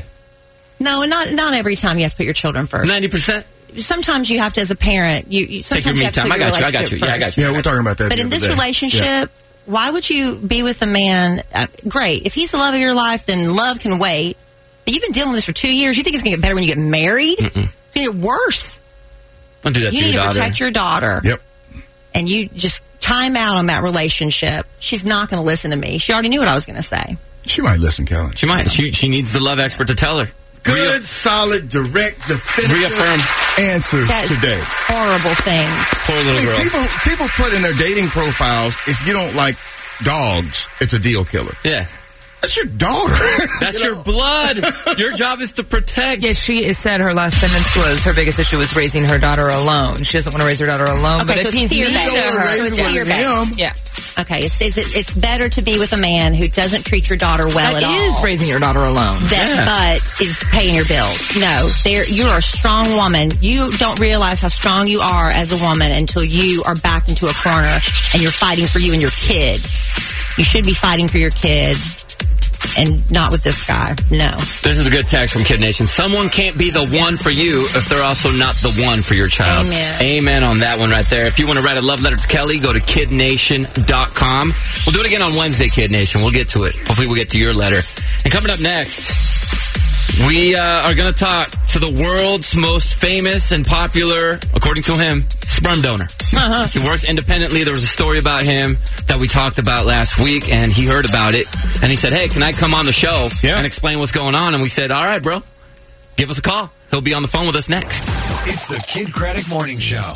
[SPEAKER 4] No, and not not every time you have to put your children first.
[SPEAKER 2] Ninety percent.
[SPEAKER 4] Sometimes you have to, as a parent, you, you
[SPEAKER 2] Take
[SPEAKER 4] sometimes
[SPEAKER 2] your me
[SPEAKER 4] you have to
[SPEAKER 2] time.
[SPEAKER 4] put
[SPEAKER 2] I
[SPEAKER 4] your
[SPEAKER 2] got you. I got you.
[SPEAKER 4] relationship
[SPEAKER 2] Yeah, I
[SPEAKER 4] first.
[SPEAKER 2] got you.
[SPEAKER 3] Yeah, we're talking about that.
[SPEAKER 4] But
[SPEAKER 3] the
[SPEAKER 4] in
[SPEAKER 3] other
[SPEAKER 4] this
[SPEAKER 3] day.
[SPEAKER 4] relationship,
[SPEAKER 3] Yeah.
[SPEAKER 4] why would you be with a man? Uh, great. If he's the love of your life, then love can wait. But you've been dealing with this for two years. You think it's going to get better when you get married?
[SPEAKER 3] Mm.
[SPEAKER 4] It's going to get worse.
[SPEAKER 2] Don't do that
[SPEAKER 4] you
[SPEAKER 2] to
[SPEAKER 4] need
[SPEAKER 2] your
[SPEAKER 4] to
[SPEAKER 2] daughter.
[SPEAKER 4] protect your daughter.
[SPEAKER 3] Yep.
[SPEAKER 4] And you just time out on that relationship. She's not going to listen to me. She already knew what I was going to say.
[SPEAKER 3] She might listen, Kelly.
[SPEAKER 2] She might. She she needs the love expert to tell her.
[SPEAKER 3] Good, solid, direct, definitive answers
[SPEAKER 4] That's
[SPEAKER 3] today.
[SPEAKER 4] horrible thing.
[SPEAKER 2] Poor little girl.
[SPEAKER 3] People, people put in their dating profiles, if you don't like dogs, it's a deal killer.
[SPEAKER 2] Yeah.
[SPEAKER 3] That's your daughter.
[SPEAKER 2] That's your blood. Your job is to protect.
[SPEAKER 5] Yes, she is said her last sentence was her biggest issue was raising her daughter alone. She doesn't want to raise her daughter alone, but
[SPEAKER 4] Okay, so
[SPEAKER 5] if he's
[SPEAKER 4] it's
[SPEAKER 5] mean
[SPEAKER 4] fear
[SPEAKER 5] to
[SPEAKER 4] based.
[SPEAKER 5] her,
[SPEAKER 4] It's fear based.
[SPEAKER 5] yeah.
[SPEAKER 4] Okay. It's, is it, it's better to be with a man who doesn't treat your daughter well
[SPEAKER 5] That
[SPEAKER 4] at all.
[SPEAKER 5] is raising your daughter alone. Yeah.
[SPEAKER 4] that butt is paying your bills. No, there you are a strong woman. You don't realize how strong you are as a woman until you are backed into a corner and you're fighting for you and your kid. You should be fighting for your kid and not with this guy. No.
[SPEAKER 2] This is a good text from Kid Nation. Someone can't be the one for you if they're also not the one for your child.
[SPEAKER 4] Amen.
[SPEAKER 2] Amen on that one right there. If you want to write a love letter to Kelly, go to kidnation.com. We'll do it again on Wednesday, Kid Nation. We'll get to it. Hopefully, we'll get to your letter. And coming up next, we uh, are going to talk to the world's most famous and popular, according to him, sperm donor. He works independently. There was a story about him that we talked about last week, and he heard about it. And he said, Hey, can I come on the show and explain what's going on? And we said, All right, bro, give us a call. He'll be on the phone with us next.
[SPEAKER 1] It's the Kid Craddock Morning Show.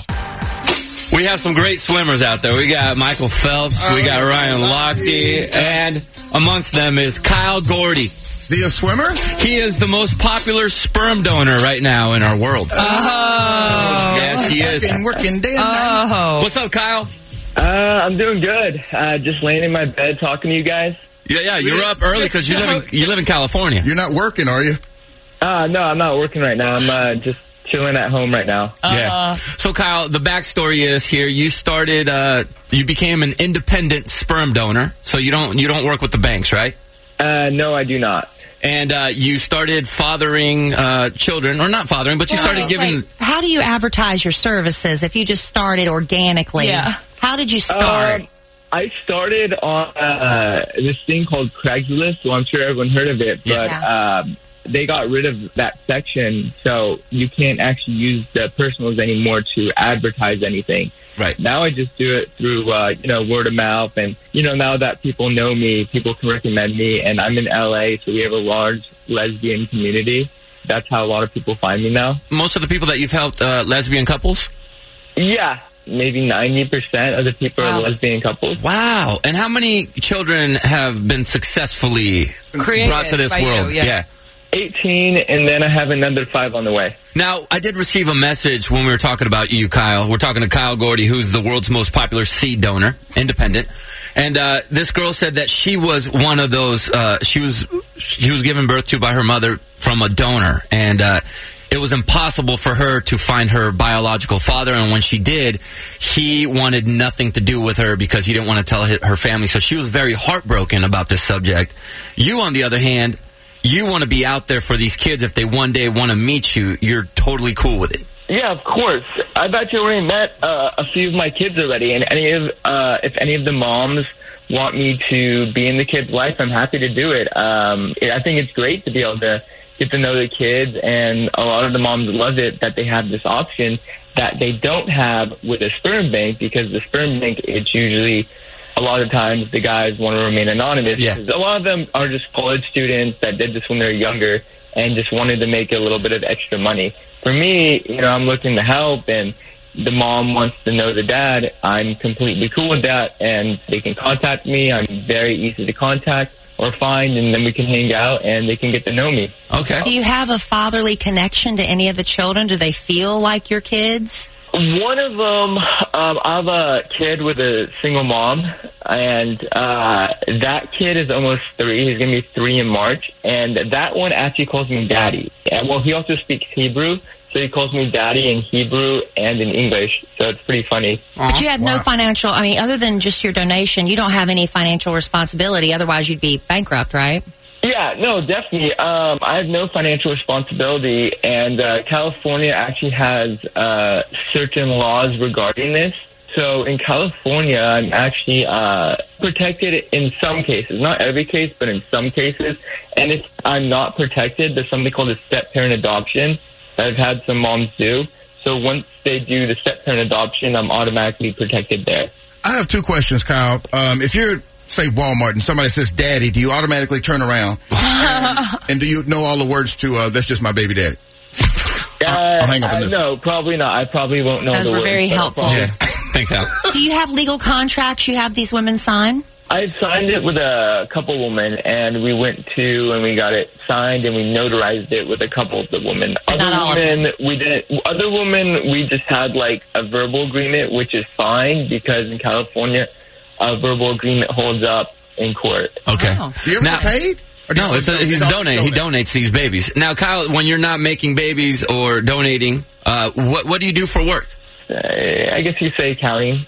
[SPEAKER 2] We have some great swimmers out there. We got Michael Phelps, we got Ryan Lochte, and amongst them is Kyle Gordy.
[SPEAKER 3] The swimmer?
[SPEAKER 2] He is the most popular sperm donor right now in our world.
[SPEAKER 5] Uh,
[SPEAKER 11] Oh.
[SPEAKER 2] yes, he is.
[SPEAKER 3] Been working day and night.
[SPEAKER 5] Oh.
[SPEAKER 2] What's up, Kyle?
[SPEAKER 12] Uh, I'm doing good. Uh, just laying in my bed talking to you guys.
[SPEAKER 2] Yeah, yeah, you're up early because you live in you live in California.
[SPEAKER 3] You're not working, are you?
[SPEAKER 12] Uh, no, I'm not working right now. I'm uh, just chilling at home right now.
[SPEAKER 2] Yeah. So, Kyle, the backstory is here. You started. Uh, you became an independent sperm donor, so you don't you don't work with the banks, right?
[SPEAKER 12] Uh, no, I do not.
[SPEAKER 2] And uh, you started fathering uh, children, or not fathering, but you started giving.
[SPEAKER 4] Like, how do you advertise your services if you just started organically?
[SPEAKER 5] Yeah.
[SPEAKER 4] How did you start?
[SPEAKER 12] Um, I started on uh, this thing called Craigslist. Well, I'm sure everyone heard of it, but um, they got rid of that section, so you can't actually use the personals anymore to advertise anything.
[SPEAKER 2] Right
[SPEAKER 12] now, I just do it through uh, you know word of mouth, and you know now that people know me, people can recommend me, and I'm in LA, so we have a large lesbian community. That's how a lot of people find me now.
[SPEAKER 2] Most of the people that you've helped, uh, lesbian couples.
[SPEAKER 12] Yeah, maybe ninety percent of the people are lesbian couples.
[SPEAKER 2] Wow! And how many children have been successfully
[SPEAKER 12] Created
[SPEAKER 2] brought to this
[SPEAKER 12] by you,
[SPEAKER 2] world?
[SPEAKER 12] yeah. 18, and then I have another five on the way.
[SPEAKER 2] Now, I did receive a message when we were talking about you, Kyle. We're talking to Kyle Gordy, who's the world's most popular seed donor, independent. And uh, this girl said that she was one of those. Uh, she was she was given birth to by her mother from a donor, and uh, it was impossible for her to find her biological father. And when she did, he wanted nothing to do with her because he didn't want to tell hi- her family. So she was very heartbroken about this subject. You, on the other hand, you want to be out there for these kids if they one day want to meet you. You're totally cool with it.
[SPEAKER 12] Yeah, of course. I've actually already met uh, a few of my kids already, and any of uh, if any of the moms want me to be in the kid's life, I'm happy to do it. Um, it. I think it's great to be able to get to know the kids, and a lot of the moms love it that they have this option that they don't have with a sperm bank because the sperm bank it's usually a lot of times the guys want to remain anonymous.
[SPEAKER 11] Yeah.
[SPEAKER 12] 'cause A lot of them are just college students that did this when they were younger and just wanted to make a little bit of extra money. For me, you know, I'm looking to help and the mom wants to know the dad. I'm completely cool with that and they can contact me. I'm very easy to contact or find and then we can hang out and they can get to know me.
[SPEAKER 2] Okay.
[SPEAKER 4] Do you have a fatherly connection to any of the children? Do they feel like your kids?
[SPEAKER 12] One of them, um, I have a kid with a single mom, and uh, that kid is almost three. He's going to be three in March, and that one actually calls me daddy. And, well, he also speaks Hebrew, so he calls me daddy in Hebrew and in English, so it's pretty funny.
[SPEAKER 4] But you have no financial, I mean, other than just your donation, you don't have any financial responsibility. Otherwise, you'd be bankrupt, right?
[SPEAKER 12] Yeah, no, definitely. Um, I have no financial responsibility, and uh, California actually has uh, certain laws regarding this. So in California, I'm actually uh, protected in some cases, not every case, but in some cases. And if I'm not protected, there's something called a step parent adoption that I've had some moms do. So once they do the step parent adoption, I'm automatically protected there.
[SPEAKER 3] I have two questions, Kyle. Um, if you're say Walmart and somebody says "daddy," do you automatically turn around? and, and do you know all the words to uh, "That's just my baby daddy"?
[SPEAKER 12] Uh,
[SPEAKER 3] I'll hang up on
[SPEAKER 12] I-
[SPEAKER 3] this.
[SPEAKER 12] No, probably not. I probably won't know.
[SPEAKER 4] Those
[SPEAKER 12] the
[SPEAKER 4] were
[SPEAKER 12] words,
[SPEAKER 4] very
[SPEAKER 12] but I'll
[SPEAKER 4] helpful.
[SPEAKER 12] probably-
[SPEAKER 2] Thanks, Al.
[SPEAKER 4] Do you have legal contracts you have these women sign?
[SPEAKER 12] I signed it with a couple women, and we went to and we got it signed and we notarized it with a couple of the women. Other women, we didn't. Other women, we just had like a verbal agreement, which is fine because in California, a verbal agreement holds up in court.
[SPEAKER 2] Okay.
[SPEAKER 3] You ever
[SPEAKER 2] Now-
[SPEAKER 3] get paid?
[SPEAKER 2] No, it's a, he's donate. He donates these babies. Now, Kyle, when you're not making babies or donating, uh, what what do you do for work?
[SPEAKER 12] Uh, I guess you say counting.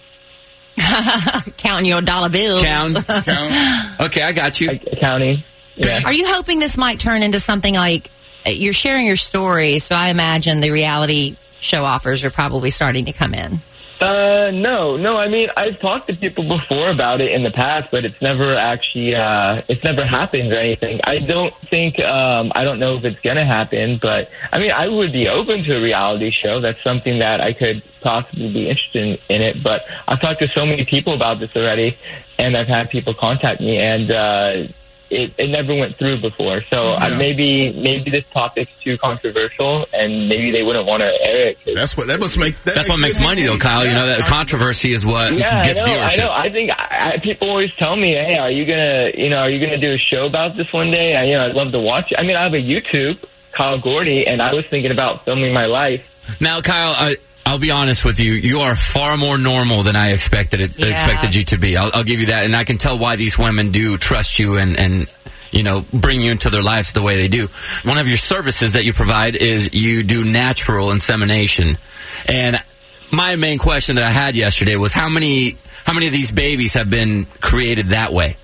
[SPEAKER 4] Counting your dollar bills.
[SPEAKER 2] Count. Okay, I got you.
[SPEAKER 12] Counting.
[SPEAKER 4] Are you hoping this might turn into something like uh, you're sharing your story? So I imagine the reality show offers are probably starting to come in.
[SPEAKER 12] Uh, no, no. I mean, I've talked to people before about it in the past, but it's never actually, uh, it's never happened or anything. I don't think, um, I don't know if it's gonna happen, but I mean, I would be open to a reality show. That's something that I could possibly be interested in, in it, but I've talked to so many people about this already, and I've had people contact me, and, uh, it, it never went through before, so uh, maybe maybe this topic's too controversial, and maybe they wouldn't want to air it.
[SPEAKER 3] That's what that must make.
[SPEAKER 2] That's what makes money, though, Kyle. You know that controversy is what
[SPEAKER 12] yeah,
[SPEAKER 2] gets
[SPEAKER 12] I know,
[SPEAKER 2] Uh, viewership.
[SPEAKER 12] I know. I think I, I, people always tell me, "Hey, are you gonna, you know, are you gonna do a show about this one day?" I, you know, I'd love to watch. it. I mean, I have a YouTube, Kyle Gordy, and I was thinking about filming my life.
[SPEAKER 2] Now, Kyle, I, I'll be honest with you. You are far more normal than I expected it, expected you to be. I'll, I'll give you that, and I can tell why these women do trust you and and you know bring you into their lives the way they do. One of your services that you provide is you do natural insemination, and my main question that I had yesterday was how many how many of these babies have been created that way?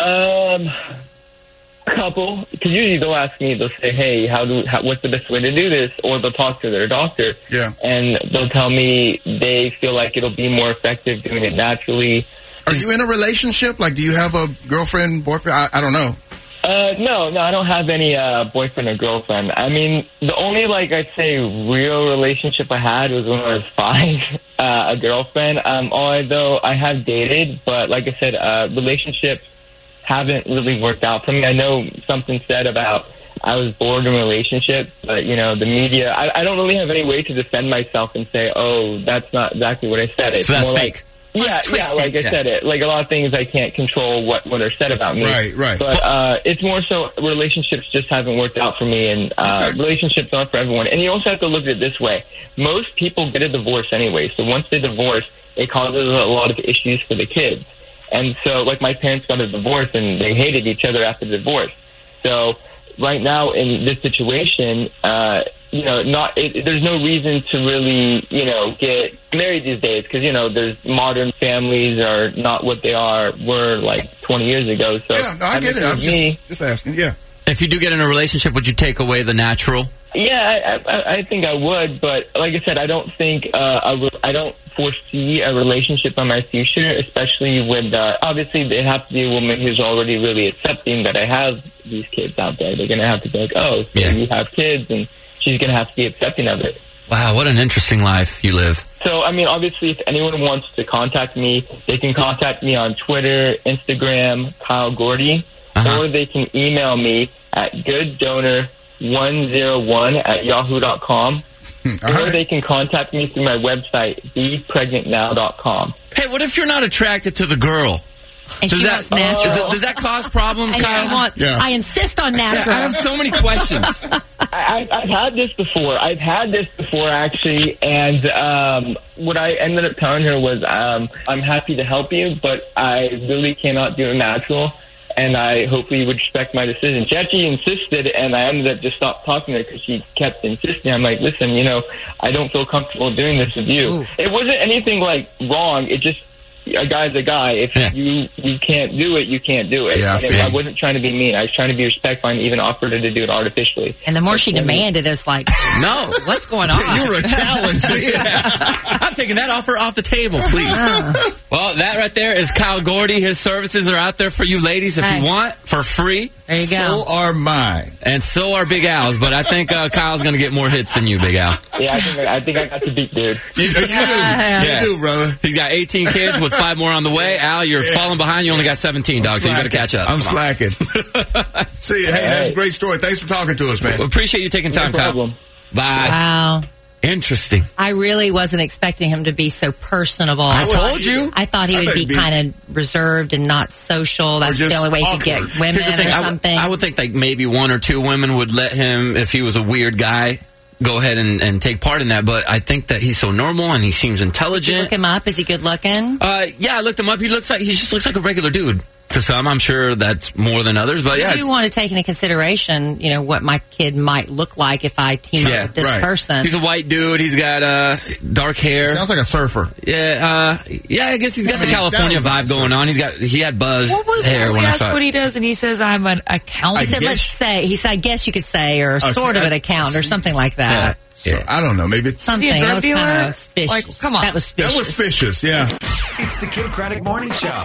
[SPEAKER 12] Um, couple, because usually they'll ask me, they'll say, "Hey, how do, how, what's the best way to do this?" Or they'll talk to their doctor.
[SPEAKER 3] Yeah.
[SPEAKER 12] and they'll tell me they feel like it'll be more effective doing it naturally.
[SPEAKER 3] Are you in a relationship? Like, do you have a girlfriend, boyfriend? I, I don't know.
[SPEAKER 12] Uh, no, no, I don't have any uh, boyfriend or girlfriend. I mean, the only like I'd say real relationship I had was when I was five. Uh, a girlfriend. Um, although I have dated, but like I said, uh, relationships haven't really worked out for me. I know something said about I was bored in relationships, but you know, the media. I, I don't really have any way to defend myself and say, "Oh, that's not exactly what I said." It's
[SPEAKER 2] So that's
[SPEAKER 12] more
[SPEAKER 2] fake.
[SPEAKER 12] Like, yeah,
[SPEAKER 2] That's
[SPEAKER 12] yeah,
[SPEAKER 2] twisted.
[SPEAKER 12] like I
[SPEAKER 2] Yeah.
[SPEAKER 12] said it. Like a lot of things I can't control what what are said about me.
[SPEAKER 3] Right, right.
[SPEAKER 12] But uh, it's more so relationships just haven't worked out for me, and uh, relationships aren't for everyone. And you also have to look at it this way: most people get a divorce anyway, so once they divorce, it causes a lot of issues for the kids. And so, like my parents got a divorce, and they hated each other after the divorce. So right now in this situation, uh, you know, not it, there's no reason to really, you know, get married these days because you know, there's modern families are not what they are were like 20 years ago. So yeah,
[SPEAKER 3] No, I get it. I'm just, just asking. Yeah.
[SPEAKER 2] If you do get in a relationship, would you take away the natural?
[SPEAKER 12] Yeah, I, I, I think I would, but like I said, I don't think uh, I, will, I don't foresee a relationship in my future, especially with uh, obviously they have to be a woman who's already really accepting that I have these kids out there. They're gonna have to be like, oh, so you have kids, and she's gonna have to be accepting of it.
[SPEAKER 2] Wow, what an interesting life you live.
[SPEAKER 12] So, I mean, obviously, if anyone wants to contact me, they can contact me on Twitter, Instagram, Kyle Gordy,
[SPEAKER 2] Uh-huh.
[SPEAKER 12] or they can email me at gooddonor101 at yahoo.com. or they can contact me through my website, bepregnantnow.com.
[SPEAKER 2] Hey, what if you're not attracted to the girl?
[SPEAKER 12] And
[SPEAKER 2] does
[SPEAKER 12] she
[SPEAKER 2] that,
[SPEAKER 12] wants natural.
[SPEAKER 2] Does, does that cause problems,
[SPEAKER 4] And she
[SPEAKER 2] Kyle?
[SPEAKER 4] wants- I insist on natural.
[SPEAKER 2] I have so many questions.
[SPEAKER 12] I, I've, I've had this before. I've had this before, actually. And um, what I ended up telling her was, um, I'm happy to help you, but I really cannot do a natural. And I hopefully you would respect my decision. She actually insisted, and I ended up just stopped talking to her because she kept insisting. I'm like, listen, you know, I don't feel comfortable doing this with you. It wasn't anything like wrong. It just a guy's a guy. If you you can't do it, you can't do it.
[SPEAKER 4] Yeah, I
[SPEAKER 12] And
[SPEAKER 4] feel
[SPEAKER 12] I
[SPEAKER 4] you.
[SPEAKER 12] wasn't trying to be mean. I was trying to be respectful and even offered her to do it artificially.
[SPEAKER 4] And the more she demanded, it was like,
[SPEAKER 2] no,
[SPEAKER 4] what's going on?
[SPEAKER 2] You were a challenge. I'm taking that offer off the table, please. well, that right there is Kyle Gordy. His services are out there for you ladies if
[SPEAKER 4] Hey.
[SPEAKER 2] you want for free.
[SPEAKER 4] There you go.
[SPEAKER 3] So are mine.
[SPEAKER 2] And so are Big Al's, but I think uh, Kyle's going to get more hits than you, Big Al.
[SPEAKER 12] Yeah, I think I, I, think I got to beat dude.
[SPEAKER 2] You do.
[SPEAKER 3] You do, brother.
[SPEAKER 2] He's got 18 kids with five more on the way. Al, you're falling behind. You only got 17, dog, so you better catch up.
[SPEAKER 3] I'm
[SPEAKER 2] Come on.
[SPEAKER 3] slacking. See, hey, that's a great story. Thanks for talking to us, man.
[SPEAKER 2] We appreciate you taking time, Kyle. Bye.
[SPEAKER 4] Wow.
[SPEAKER 2] Interesting.
[SPEAKER 4] I really wasn't expecting him to be so personable.
[SPEAKER 2] I
[SPEAKER 4] thought-
[SPEAKER 2] told you.
[SPEAKER 4] I thought he
[SPEAKER 2] I
[SPEAKER 4] would
[SPEAKER 2] thought
[SPEAKER 4] be
[SPEAKER 2] he'd be-
[SPEAKER 4] kind of reserved and not social. That's the only way he could get women
[SPEAKER 2] Here's the thing,
[SPEAKER 4] or
[SPEAKER 2] I would-
[SPEAKER 4] something.
[SPEAKER 2] I would think like maybe one or two women would let him if he was a weird guy. Go ahead and, and take part in that, but I think that he's so normal and he seems
[SPEAKER 4] Did you
[SPEAKER 2] intelligent.
[SPEAKER 4] look him up? Is he good looking?
[SPEAKER 2] Uh, yeah, I looked him up. He looks like he just looks like a regular dude. To some, I'm sure that's more than others, but yeah,
[SPEAKER 4] you want to take into consideration, you know, what my kid might look like if I team up with this person.
[SPEAKER 2] He's a white dude. He's got uh, dark hair.
[SPEAKER 4] Sounds like
[SPEAKER 3] a surfer.
[SPEAKER 2] Yeah, uh, yeah. I guess he's got the
[SPEAKER 5] He sounds
[SPEAKER 2] California
[SPEAKER 5] like
[SPEAKER 2] vibe going on. He's got he had buzz
[SPEAKER 5] What was
[SPEAKER 2] hair
[SPEAKER 5] that? We
[SPEAKER 2] when I
[SPEAKER 5] asked
[SPEAKER 2] saw
[SPEAKER 5] what
[SPEAKER 2] it.
[SPEAKER 5] he does, and he says, "I'm an accountant."
[SPEAKER 4] He said, let's say, he said, I guess you could say, or
[SPEAKER 3] Okay,
[SPEAKER 4] sort of
[SPEAKER 3] I-
[SPEAKER 4] an account, or something like
[SPEAKER 3] Yeah.
[SPEAKER 4] that.
[SPEAKER 3] So, I don't know. Maybe it's
[SPEAKER 4] Something. That was kind of suspicious. come on. That was
[SPEAKER 3] That
[SPEAKER 4] suspicious.
[SPEAKER 3] was suspicious. Yeah.
[SPEAKER 11] It's the Kid Craddock Morning Show.